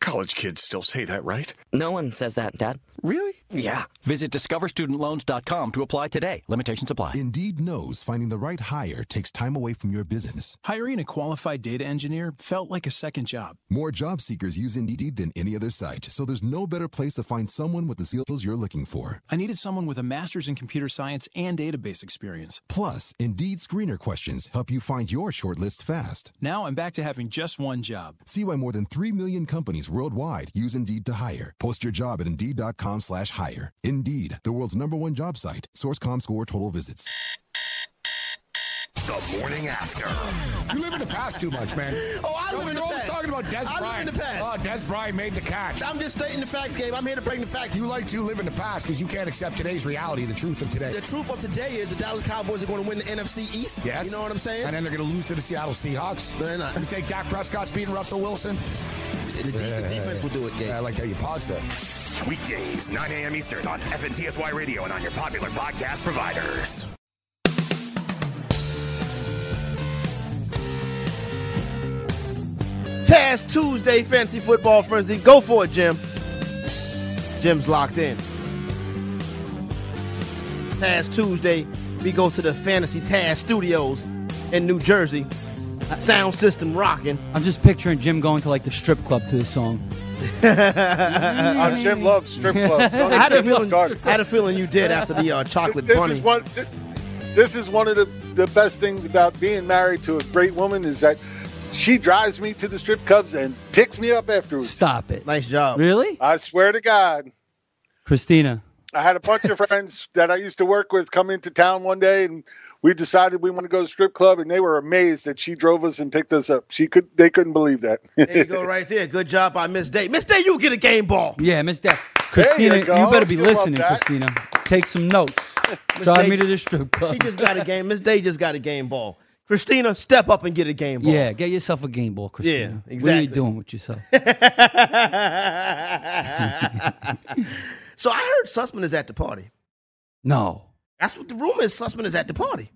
College kids still say that, right? No one says that, Dad. Really? Yeah. Visit discoverstudentloans.com to apply today. Limitations apply. Indeed knows finding the right hire takes time away from your business. Hiring a qualified data engineer felt like a second job. More job seekers use Indeed than any other site, so there's no better place to find someone with the skills you're looking for. I needed someone with a master's in computer science and database experience. Plus, Indeed screener questions help you find your shortlist fast. Now I'm back to having just one job. See why more than 3 million companies worldwide use Indeed to hire. Post your job at Indeed.com slash hire. Indeed, the world's number one job site. Source.com score total visits. The morning after. You live in the past too much, man. Oh, I live in the past. talking about Des I live Bryant. in the past. Oh, Des Bryant made the catch. I'm just stating the facts, Gabe. I'm here to bring the facts. You like to live in the past because you can't accept today's reality, the truth of today. The truth of today is the Dallas Cowboys are going to win the NFC East. Yes. You know what I'm saying? And then they're going to lose to the Seattle Seahawks. No, they're not. You think Dak Prescott's beating Russell Wilson? The, defense will do it, Gabe. I like how you paused there. Weekdays, 9 a.m. Eastern on FNTSY Radio and on your popular podcast providers. Taz Tuesday Fantasy Football Frenzy. Go for it, Jim. Jim's locked in. Taz Tuesday, we go to the Fantasy Taz Studios in New Jersey. sound system rocking. I'm just picturing Jim going to like the strip club to this song. Uh, Jim loves strip clubs. Don't I had, a even get me feeling, started. I had a feeling you did after the uh, chocolate this bunny. is one. thi- This is one of the, the best things about being married to a great woman is that she drives me to the strip clubs and picks me up afterwards. Stop it. Nice job. Really? I swear to God, Christina. I had a bunch of friends that I used to work with come into town one day, and we decided we want to go to the strip club, and they were amazed that she drove us and picked us up. She could, they couldn't believe that. There you go, right there. Good job by Miss Day. Miss Day, you get a game ball. Yeah, Miss Day. Christina, you, go. better be She loved listening, that. Christina. Take some notes. Drive me to the strip club. She just got a game. Miss Day just got a game ball. Christina, step up and get a game ball. Yeah, get yourself a game ball, Christina. What are exactly. you doing with yourself? So I heard Sussman is at the party. no. That's what the rumor is. Sussman is at the party.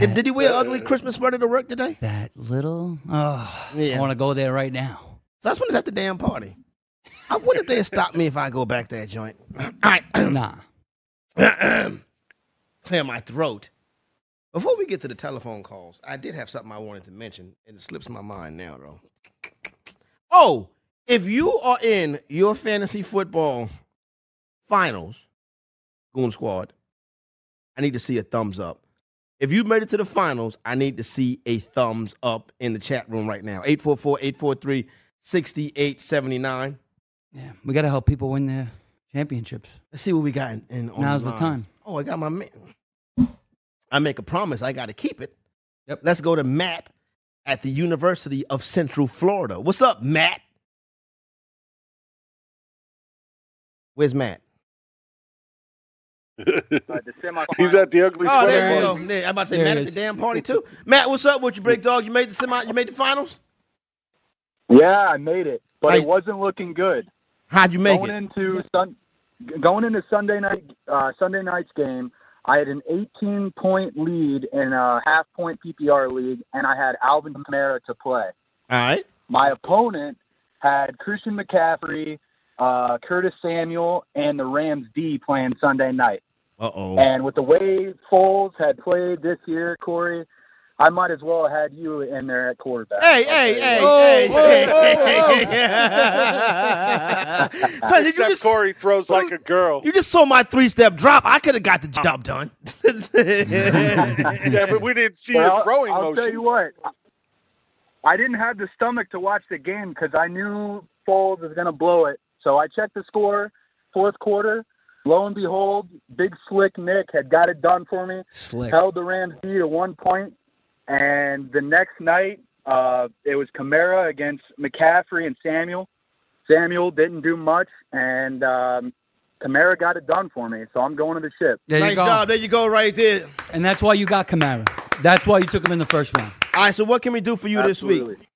Did, did he wear ugly Christmas sweater to work today? That little. Oh, Yeah. I want to go there right now. Sussman is at the damn party. I wonder if they stop me if I go back that joint. All right. nah. Clear my throat. Before we get to the telephone calls, I did have something I wanted to mention, and it slips my mind now, though. Oh, if you are in your fantasy football finals, Goon Squad, I need to see a thumbs up. If you made it to the finals, I need to see a thumbs up in the chat room right now. 844 843 6879. We got to help people win their championships. Let's see what we got in, in on Now's the lines. time. Oh, I got my man. I make a promise. I got to keep it. Yep. Let's go to Matt at the University of Central Florida. What's up, Matt? Where's Matt? He's at the ugly Oh, sweater. there you go. party. Yeah, I'm about to say There Matt it at the is. damn party too. Matt, what's up with you, Break Dog? You made the semi. You made the finals. Yeah, I made it, but it wasn't looking good. How'd you make going it? into sun, going into Sunday night uh, Sunday night's game? I had an 18 point lead in a half point PPR league, and I had Alvin Kamara to play. All right. My opponent had Christian McCaffrey, uh, Curtis Samuel, and the Rams D playing Sunday night. Uh oh. And with the way Foles had played this year, Corey, I might as well have had you in there at quarterback. Hey, hey, hey, Oh, hey, oh, hey, oh, hey. Son, did you just, Corey throws like a girl. You just saw my three step drop. I could have got the job done. Ah. yeah, but we didn't see Well, your throwing I'll motion. tell you what, I didn't have the stomach to watch the game because I knew Foles was going to blow it. So I checked the score, fourth quarter. Lo and behold, Big Slick Nick had got it done for me. Slick. Held the Rams D to one point, and the next night uh, it was Kamara against McCaffrey and Samuel. Samuel didn't do much, and um, Kamara got it done for me. So I'm going to the ship. There you go. There you go, right there. And that's why you got Kamara. That's why you took him in the first round. All right, so what can we do for you this week?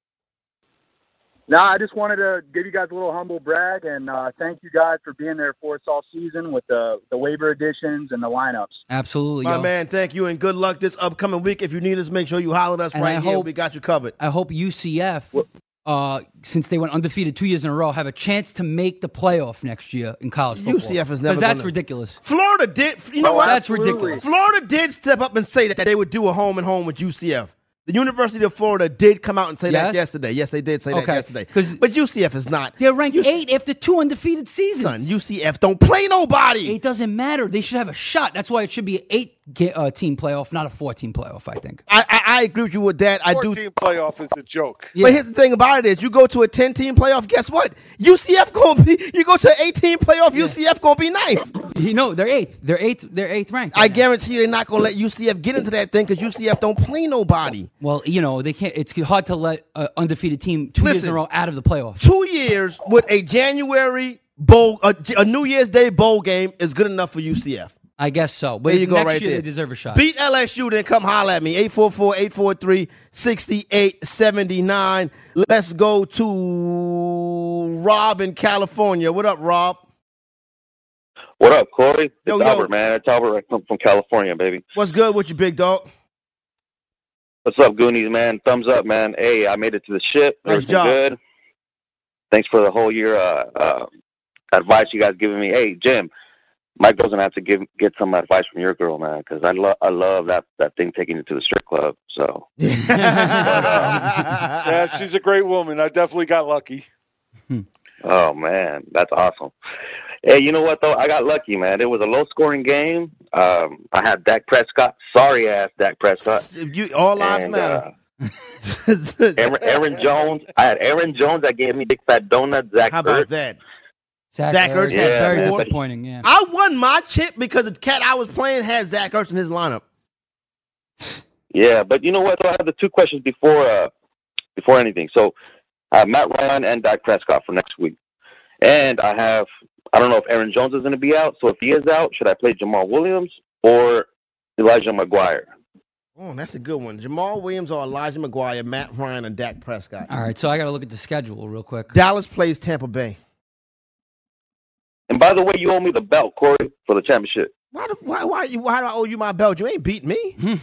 No, I just wanted to give you guys a little humble brag and uh, thank you guys for being there for us all season with the, the waiver additions and the lineups. Absolutely. My yo. man, thank you and good luck this upcoming week. If you need us, make sure you holler at us And right I here. hope- we got you covered. I hope UCF, uh, since they went undefeated two years in a row, have a chance to make the playoff next year in college football. UCF is never 'Cause that's gonna- ridiculous. Florida did. You know Oh, what? That's ridiculous. Florida did step up and say that they would do a home and home with UCF. The University of Florida did come out and say that Yes? yesterday. Yes, they did say that Okay, yesterday. But UCF is not. They're ranked eight after two undefeated Son, seasons. UCF don't play nobody. It doesn't matter. They should have a shot. That's why it should be an eight ga- uh, team playoff, not a four team playoff. I think. I, I, I agree with you with that. I do. 14 playoff is a joke. But here's the thing about it is you go to a 10 team playoff, guess what? UCF gonna be you go to an 18 playoff, UCF gonna be ninth. You know they're eighth. They're eighth. They're eighth ranked. I guarantee you they're not gonna let UCF get into that thing because UCF don't play nobody. Well, you know they can't. It's hard to let an undefeated team two years in Listen. a row out of the playoff. Two years with a January bowl, a, a New Year's Day bowl game is good enough for UCF. I guess so. But There you go, next right year there. They deserve a shot. Beat LSU, then come holler at me. 844-843-6879. Let's go to Rob in California. What up, Rob? What up, Corey? It's Yo, yo. Albert, man. It's Albert. I come from California, baby. What's good with you, big dog? What's up, Goonies, man? Thumbs up, man. Hey, I made it to the ship. Nice Everything good. Thanks for the whole year uh, uh, advice you guys giving me. Hey, Jim, my girl's gonna have to give get some advice from your girl, man, because I love I love that that thing taking you to the strip club. So yeah, she's a great woman. I definitely got lucky. Oh man, that's awesome. Hey, you know what though? I got lucky, man. It was a low scoring game. Um, I had Dak Prescott, sorry ass Dak Prescott. You, all lives And, matter. uh, Aaron, Aaron Jones. I had Aaron Jones that gave me big fat donut. Zach How about Ertz. that? Zach, Zach Ertz had Yeah, four. man, but- Disappointing, yeah. I won my chip because the cat I was playing had Zach Ertz in his lineup. Yeah, but you know what? though? I have the two questions before uh, before anything. So I have Matt Ryan and Dak Prescott for next week, and I have I don't know if Aaron Jones is going to be out. So if he is out, should I play Jamal Williams or Elijah McGuire? Oh, that's a good one. Jamal Williams or Elijah McGuire, Matt Ryan and Dak Prescott. All right, so I got to look at the schedule real quick. Dallas plays Tampa Bay. And by the way, you owe me the belt, Corey, for the championship. Why, the, why, why, you, why do I owe you my belt? You ain't beat me. Hmm.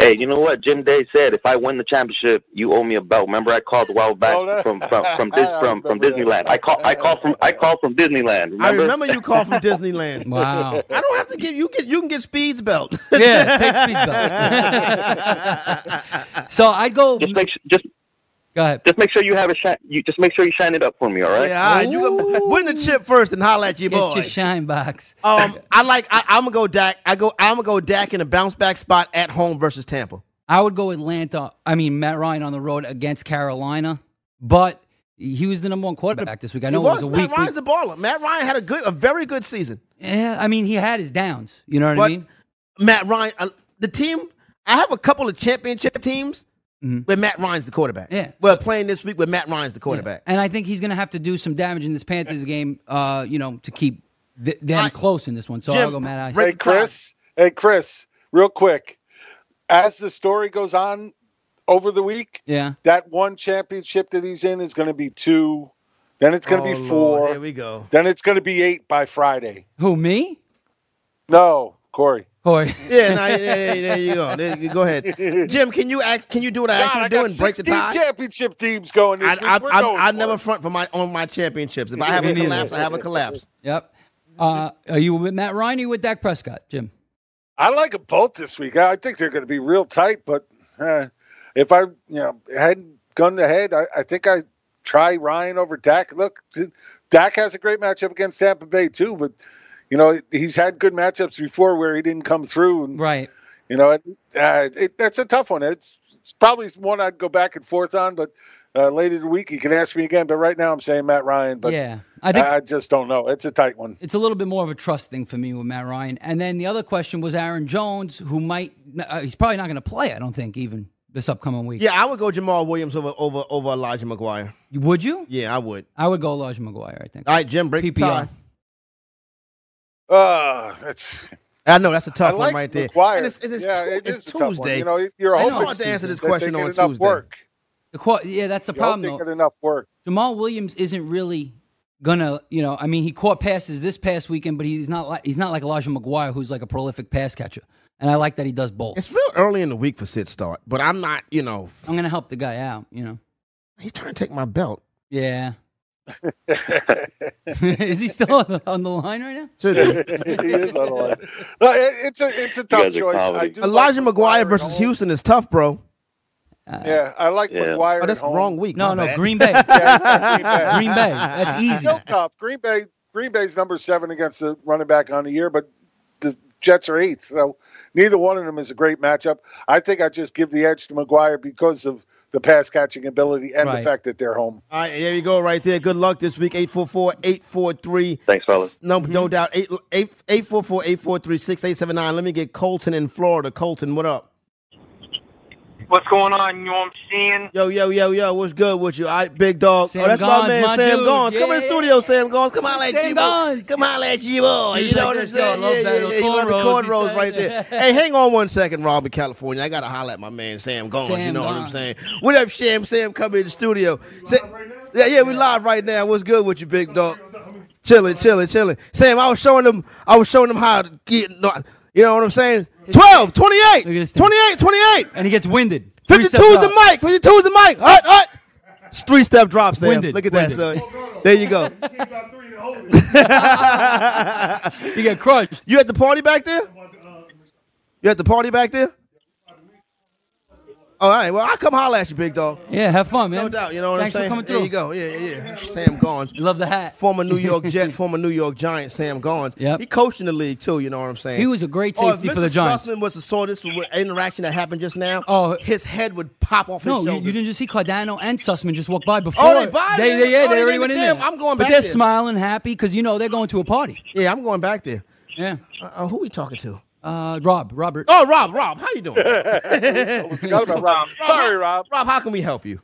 Hey, you know what? Jim Day said, if I win the championship, you owe me a belt. Remember, I called a while back Oh, that- from from from Dis- I from, from remember that. Disneyland. I call I call from I called from Disneyland. Remember? I remember you called from Disneyland. Wow. I don't have to give you get you can get Speed's belt. Yeah, take Speed's So I'd go. Just make su- just go ahead. Just make sure you have a shine. You just make sure you shine it up for me. All right? Yeah, Oh. all right, you go, win the chip first and holla at your Get boy. your shine box. um, I like. I, I'm gonna go Dak. I go. I'm gonna go Dak in a bounce back spot at home versus Tampa. I would go Atlanta. I mean, Matt Ryan on the road against Carolina, but he was the number one quarterback this week. I know it was, a Matt week. Ryan's a baller. Matt Ryan had a good, a very good season. Yeah, I mean, he had his downs. You know what I But mean? Matt Ryan, uh, the team. I have a couple of championship teams where Matt Ryan's the quarterback. Mm-hmm. Yeah. Well, playing this week with Matt Ryan's the quarterback. And I think he's going to have to do some damage in this Panthers game, uh, you know, to keep th- them close in this one. So I'll go Matt Ice. Hey, Chris. Hey, Chris. Real quick, as the story goes on over the week, Yeah. that one championship that he's in is going to be two. Then it's going to Oh, be Lord, four. here we go. Then it's going to be eight by Friday. Who, me? No, Corey. Corey. Yeah, nah, yeah, yeah, yeah, there you go. There you- go ahead, Jim. Can you act? Can you do what I God, asked you I to got do and break the 16 tie? championship teams going this I, week. I, We're I, going I for never it. front for my on my championships. If I have Me a neither. collapse, I have a collapse. Yep. Uh, are you with Matt Ryan or you with Dak Prescott, Jim? I like them both this week. I think they're going to be real tight, but uh, if I, you know, hadn't gunned ahead, I, I think I try Ryan over Dak. Look, Dak has a great matchup against Tampa Bay too, but you know he's had good matchups before where he didn't come through. And, Right. You know, it, uh, it, that's a tough one. It's, it's probably one I'd go back and forth on, but uh, later in the week you can ask me again. But right now I'm saying Matt Ryan. But Yeah, I I, think- I just don't know. It's a tight one. It's a little bit more of a trust thing for me with Matt Ryan. And then the other question was Aaron Jones, who might, uh, he's probably not going to play, I don't think, even this upcoming week. Yeah, I would go Jamal Williams over over over Elijah McGuire. Would you? Yeah, I would. I would go Elijah McGuire, I think. All right, Jim, break the PPR. tie. Uh, that's I know that's a tough I one like right there. McGuire. And it's, it's, it's, Yeah, Tu- it it's is a tough one. Tuesday. You know, you're it's hoping hard to Tuesday answer this that they question get on enough Tuesday. work. The qua- yeah, that's the You hope problem, they though. get enough work. Jamal Williams isn't really gonna, you know, I mean, he caught passes this past weekend, but he's not like he's not like Elijah McGuire, who's like a prolific pass catcher. And I like that he does both. It's real early in the week for sit start, but I'm not. You know, I'm gonna help the guy out, you know. he's trying to take my belt. Yeah. Is he still on the, on the line right now? he is on the line. No, it, it's a it's a tough guys are choice. I comedy. do Elijah McGuire like McGuire at versus home. Houston is tough, bro. Yeah, I like McGuire. Oh, that's at home. wrong week. No, my no, bad. Green Bay. Yeah, it's not Green Bay. Green Bay. That's easy. Still tough. Green Bay. Green Bay's number seven against the running back on the year, but the Jets are eighth. So neither one of them is a great matchup. I think I just give the edge to McGuire because of the pass catching ability and Right. the fact that they're home. All right, there you go, right there. Good luck this week. 844-843. Thanks, fellas. No, Mm-hmm. no doubt. 8, 8, 844-843-6879. Let me get Colton in Florida. Colton, what up? What's going on? You know what I'm seeing? Yo, yo, yo, yo. What's good with you? All right, big dog. Sam oh, that's Gomes, my man, my Sam dude. Gones. Come in the Yeah. studio, Sam Gones. Come on, let Sam you. Gomes. Come on, let you. boy. He's You know like, what I'm let's go. I saying? love yeah, that. yeah, Those yeah. You love the cornrows, he cornrows said. right there. hey, hang on one second, Rob in California. I gotta holler at my man Sam Gones. you Sam know what I'm Gomes. saying? What up, Sam? Sam, come in the studio. Sa- yeah, yeah, we live right now. What's good with you, big dog? Chilling, chilling, chilling. Sam, I was showing them. I was showing them how. To get, no, you know what I'm saying? 12, 28, 28, 28. And he gets winded. 52 is the mic. 52 is the mic. Hut, hut. It's Three step drop, Sam. Winded, Look at that, winded. son. There you go. you got crushed. You at the party back there? You at the party back there? Oh, All right. Well, I'll come holler at you, big dog. Yeah, have fun, man. No doubt. You know what Thanks for I'm saying? coming There you go. Yeah, yeah, yeah. Sam Gons. Love the hat. Former New York Jet, former New York Giant, Sam Gons. Yeah. He coached in the league, too. You know what I'm saying? He was a great Oh, if safety for the Mr. Giants. Sussman was to saw this interaction that happened just now, oh, his head would pop off his No, you, shoulder. you didn't just see Cardano and Sussman just walk by before. Oh, they by They, there? they- yeah, Oh, they they already did went in them. there. I'm going But back they're there. smiling, happy because you know they're going to a party. Yeah, I'm going back there. Yeah. Uh, uh, who we talking to? Uh, Rob, Robert. Oh, Rob, Rob, how you doing? forgot about Rob. Sorry, Rob. Rob, how can we help you?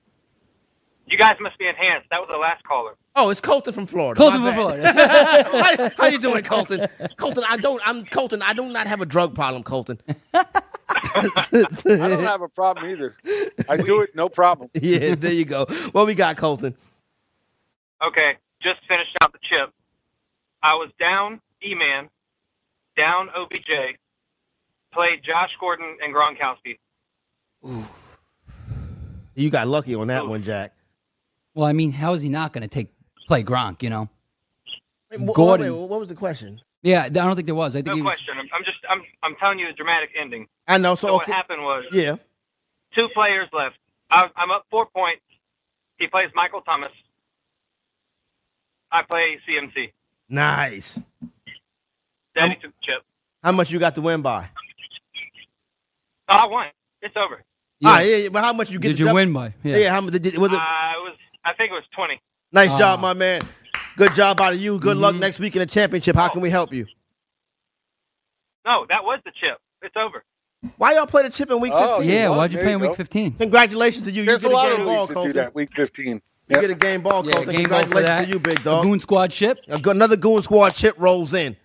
You guys must be enhanced. That was the last caller. Oh, it's Colton from Florida. Colton My from bad. how, how you doing, Colton? Colton, I don't. I'm Colton. I do not have a drug problem, Colton. I don't have a problem either. I do it, no problem. yeah, there you go. What we got, Colton? Okay, just finished out the chip. I was down E Man, down OBJ, played Josh Gordon and Gronkowski. You got lucky on that one, Jack. Well, I mean, how is he not going to take play Gronk? You know, Wait, wh- Gordon. wait, what was the question? yeah, I don't think there was. I think No he was, question. I'm, I'm just I'm I'm telling you the dramatic ending. I know. So, what okay. happened was Yeah. two players left. I, I'm up four points. He plays Michael Thomas. I play CMC. Nice. Daddy took the chip. How much you got to win by? Oh, I won. It's over. Yeah. Ah, yeah, yeah, but how much you get? Did to you dub- win by? Yeah. Yeah, how much? Did, was it, I was. I think it was twenty. nice Ah. job, my man. Good job out of you. Good luck next week in the championship. How can we help you? No, that was the chip. It's over. Why y'all play the chip in week Oh, 15? yeah, why'd you There play in you week go. 15? Congratulations to you. There's you a get lot a of game ball, leagues that do Colton. that. Week 15. You get a game ball, Yeah, Colton. game ball for Congratulations that. to you, big dog. Goon Squad chip. Another Goon Squad chip rolls in.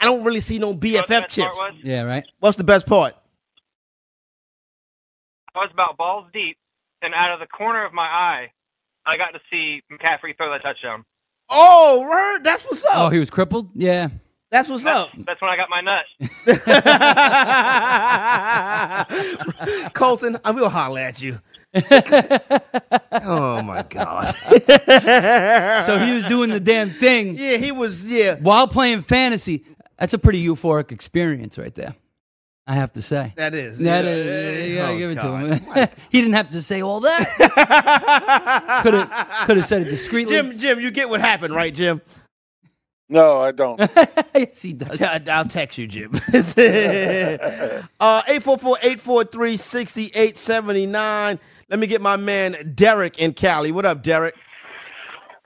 I don't really see no BFF chips. yeah, right. What's the best part? I was about balls deep, and out of the corner of my eye, I got to see McCaffrey throw that touchdown. Oh, word. That's what's up. Oh, he was crippled. Yeah. That's what's up. That's when I got my nut. Colton, I will holler at you. oh my god. So he was doing the damn thing. Yeah, he was. Yeah. While playing fantasy, that's a pretty euphoric experience right there. I have to say. That is. That Yeah. is- you gotta Oh, give it God. to him. he didn't have to say all that. could have could have said it discreetly. Jim, Jim, you get what happened, right, Jim? No, I don't. yes, he does. I'll, I'll text you, Jim. uh, 844-843-6879. Let me get my man Derek in Cali. What up, Derek?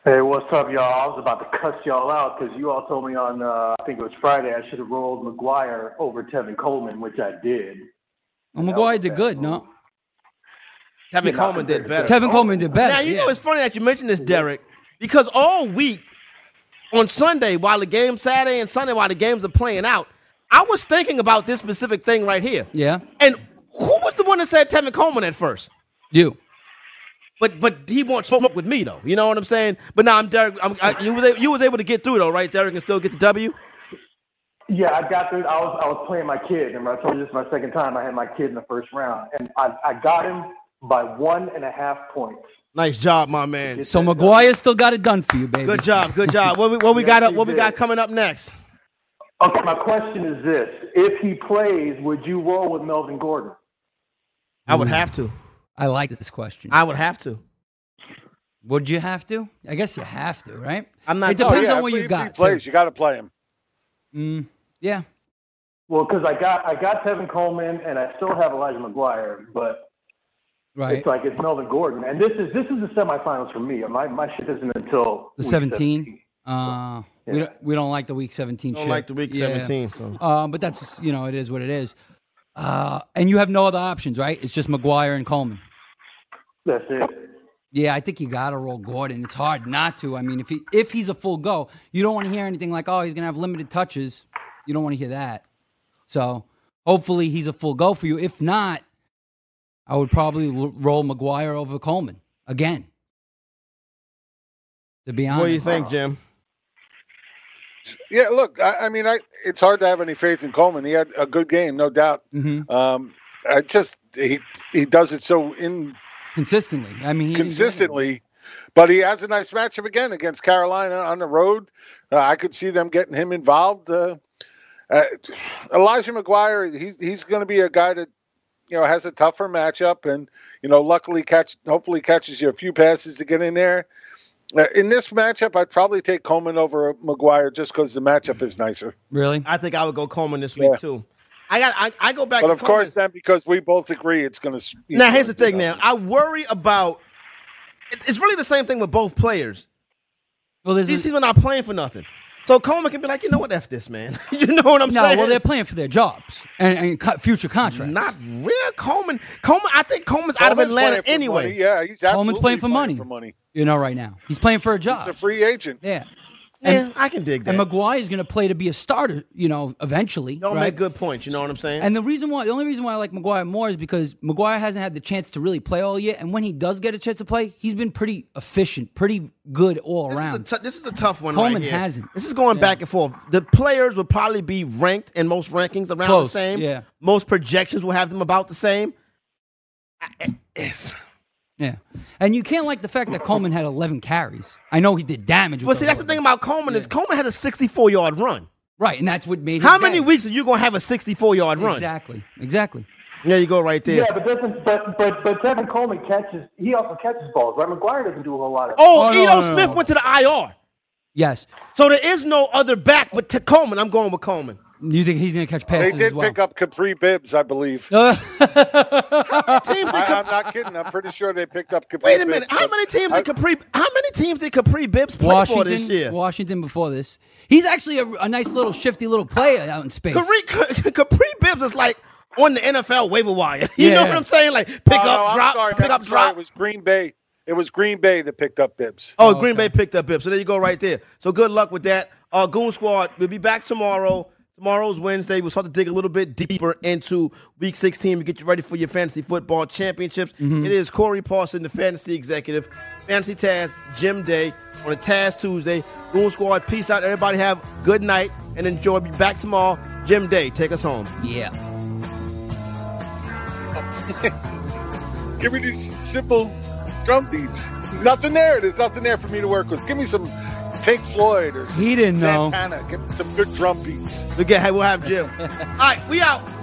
Hey, what's up, y'all? I was about to cuss y'all out because you all told me on, uh, I think it was Friday, I should have rolled McGuire over Tevin Coleman, which I did. Oh, McGuire did good, no? Tevin Coleman did better. Oh, Tevin Coleman did better. Now you yeah. know it's funny that you mentioned this, Derek, because all week on Sunday, while the game Saturday and Sunday, while the games are playing out, I was thinking about this specific thing right here. Yeah. And who was the one that said Tevin Coleman at first? You. But but he won't smoke with me though. You know what I'm saying? But now I'm Derek. I'm, I, you was a- you was able to get through though, right, Derek, and still get the W. Yeah, I got through. I was I was playing my kid. Remember, I told you this is my second time. I had my kid in the first round, and I, I got him by one and a half points. Nice job, my man. So McGuire still got it done for you, baby. Good job, good job. What we what we got up? What we got coming up next? Okay, my question is this: If he plays, would you roll with Melvin Gordon? I would have to. I like this question. I would have to. Would you have to? I guess you have to, right? I'm not- It depends Oh, yeah, on what if you he got. plays, you got to play him. Mm, yeah. Well, because I got I got Tevin Coleman, and I still have Elijah McGuire, but Right. It's like it's Melvin Gordon, and this is this is the semifinals for me. My my shit isn't until The week 17. Uh, we, don't, we don't like the week 17 Don't shit. like the week 17, so. Uh, but that's, you know, it is what it is. Uh, and you have no other options, right? It's just McGuire and Coleman. That's it. Yeah, I think you got to roll Gordon. It's hard not to. I mean, if he if he's a full go, you don't want to hear anything like, "Oh, he's going to have limited touches." You don't want to hear that. So, hopefully he's a full go for you. If not, I would probably l- roll McGuire over Coleman again. To be honest. What do you think, Jim? Yeah, look, I, I mean, I it's hard to have any faith in Coleman. He had a good game, no doubt. Mm-hmm. Um, I just he he does it so in Consistently. I mean, he, consistently But he has a nice matchup again against Carolina on the road. Uh, I could see them getting him involved. Uh, uh, Elijah McGuire, he's he's going to be a guy that you know has a tougher matchup, and you know luckily catch hopefully catches you a few passes to get in there. Uh, in this matchup, I'd probably take Coleman over McGuire just because the matchup is nicer. Really? I think I would go Coleman this week too. I got. I, I go back. But to of course, then because we both agree it's going to. Now here's the thing. Now I worry about. it- It's really the same thing with both players. Well, these teams are not playing for nothing. So Coleman can be like, you know what, f this man. you know what I'm no, saying? well, they're playing for their jobs and, and co- future contracts. Not real Coleman. Coleman, I think Coleman's out of Coleman's playing Atlanta for anyway. money, yeah, he's Coleman's playing for money. You know, right now he's playing for a job. He's a free agent. Yeah. yeah, I can dig that. And McGuire is going to play to be a starter. You know, eventually. Y'all right? make good points. You know what I'm saying? And the reason why, the only reason why I like McGuire more is because McGuire hasn't had the chance to really play all year. And when he does get a chance to play, he's been pretty efficient, pretty good all this around. Is a tou- this is a tough one. Coleman right here. hasn't. This is going Yeah. back and forth. The players will probably be ranked in most rankings around Close, the same. yeah. Most projections will have them about the same. yeah. And you can't like the fact that Coleman had 11 carries. I know he did damage. Well, see, that's the thing about Coleman is Coleman had a 64 yard run. Right, and that's what made. How many weeks are you going to have a 64 yard run? Exactly. Exactly. There you go, right there. Yeah, but doesn't but but but Tevin Coleman catches he also catches balls, right? McGuire doesn't do a whole lot of Oh, Edo Smith went to the IR. Yes. So there is no other back but to Coleman. I'm going with Coleman. You think he's going to catch passes They did as well? pick up Capri Bibbs, I believe. I, am not kidding. I'm pretty sure they picked up Capri. Wait a minute. How many teams did Capri? How many teams did Capri Bibbs play for Washington, this year? Washington before this. He's actually a, a nice little shifty little player out in space. Capri, Capri Bibbs is like on the NFL waiver wire. You know Yeah. what I'm saying? Like pick Oh, up, drop, pick up, drop. It was Green Bay. It was Green Bay that picked up Bibbs. Oh, Green Bay picked up Bibbs. So there you go, right there. So good luck with that. Uh, Goon Squad, we'll be back tomorrow. Tomorrow's Wednesday. We'll start to dig a little bit deeper into Week 16 to get you ready for your fantasy football championships. Mhm. It is Corey Parson, the fantasy executive, Fantasy Taz, Jim Day on a Taz Tuesday. Goon Squad, peace out. Everybody have good night and enjoy. Be back tomorrow. Jim Day, take us home. Yeah. Give me these simple drum beats. Nothing there. There's nothing there for me to work with. Give me some Pink Floyd or some He didn't know. Santana. Give me some good drum beats. Look at we'll have Jim. All right, we out.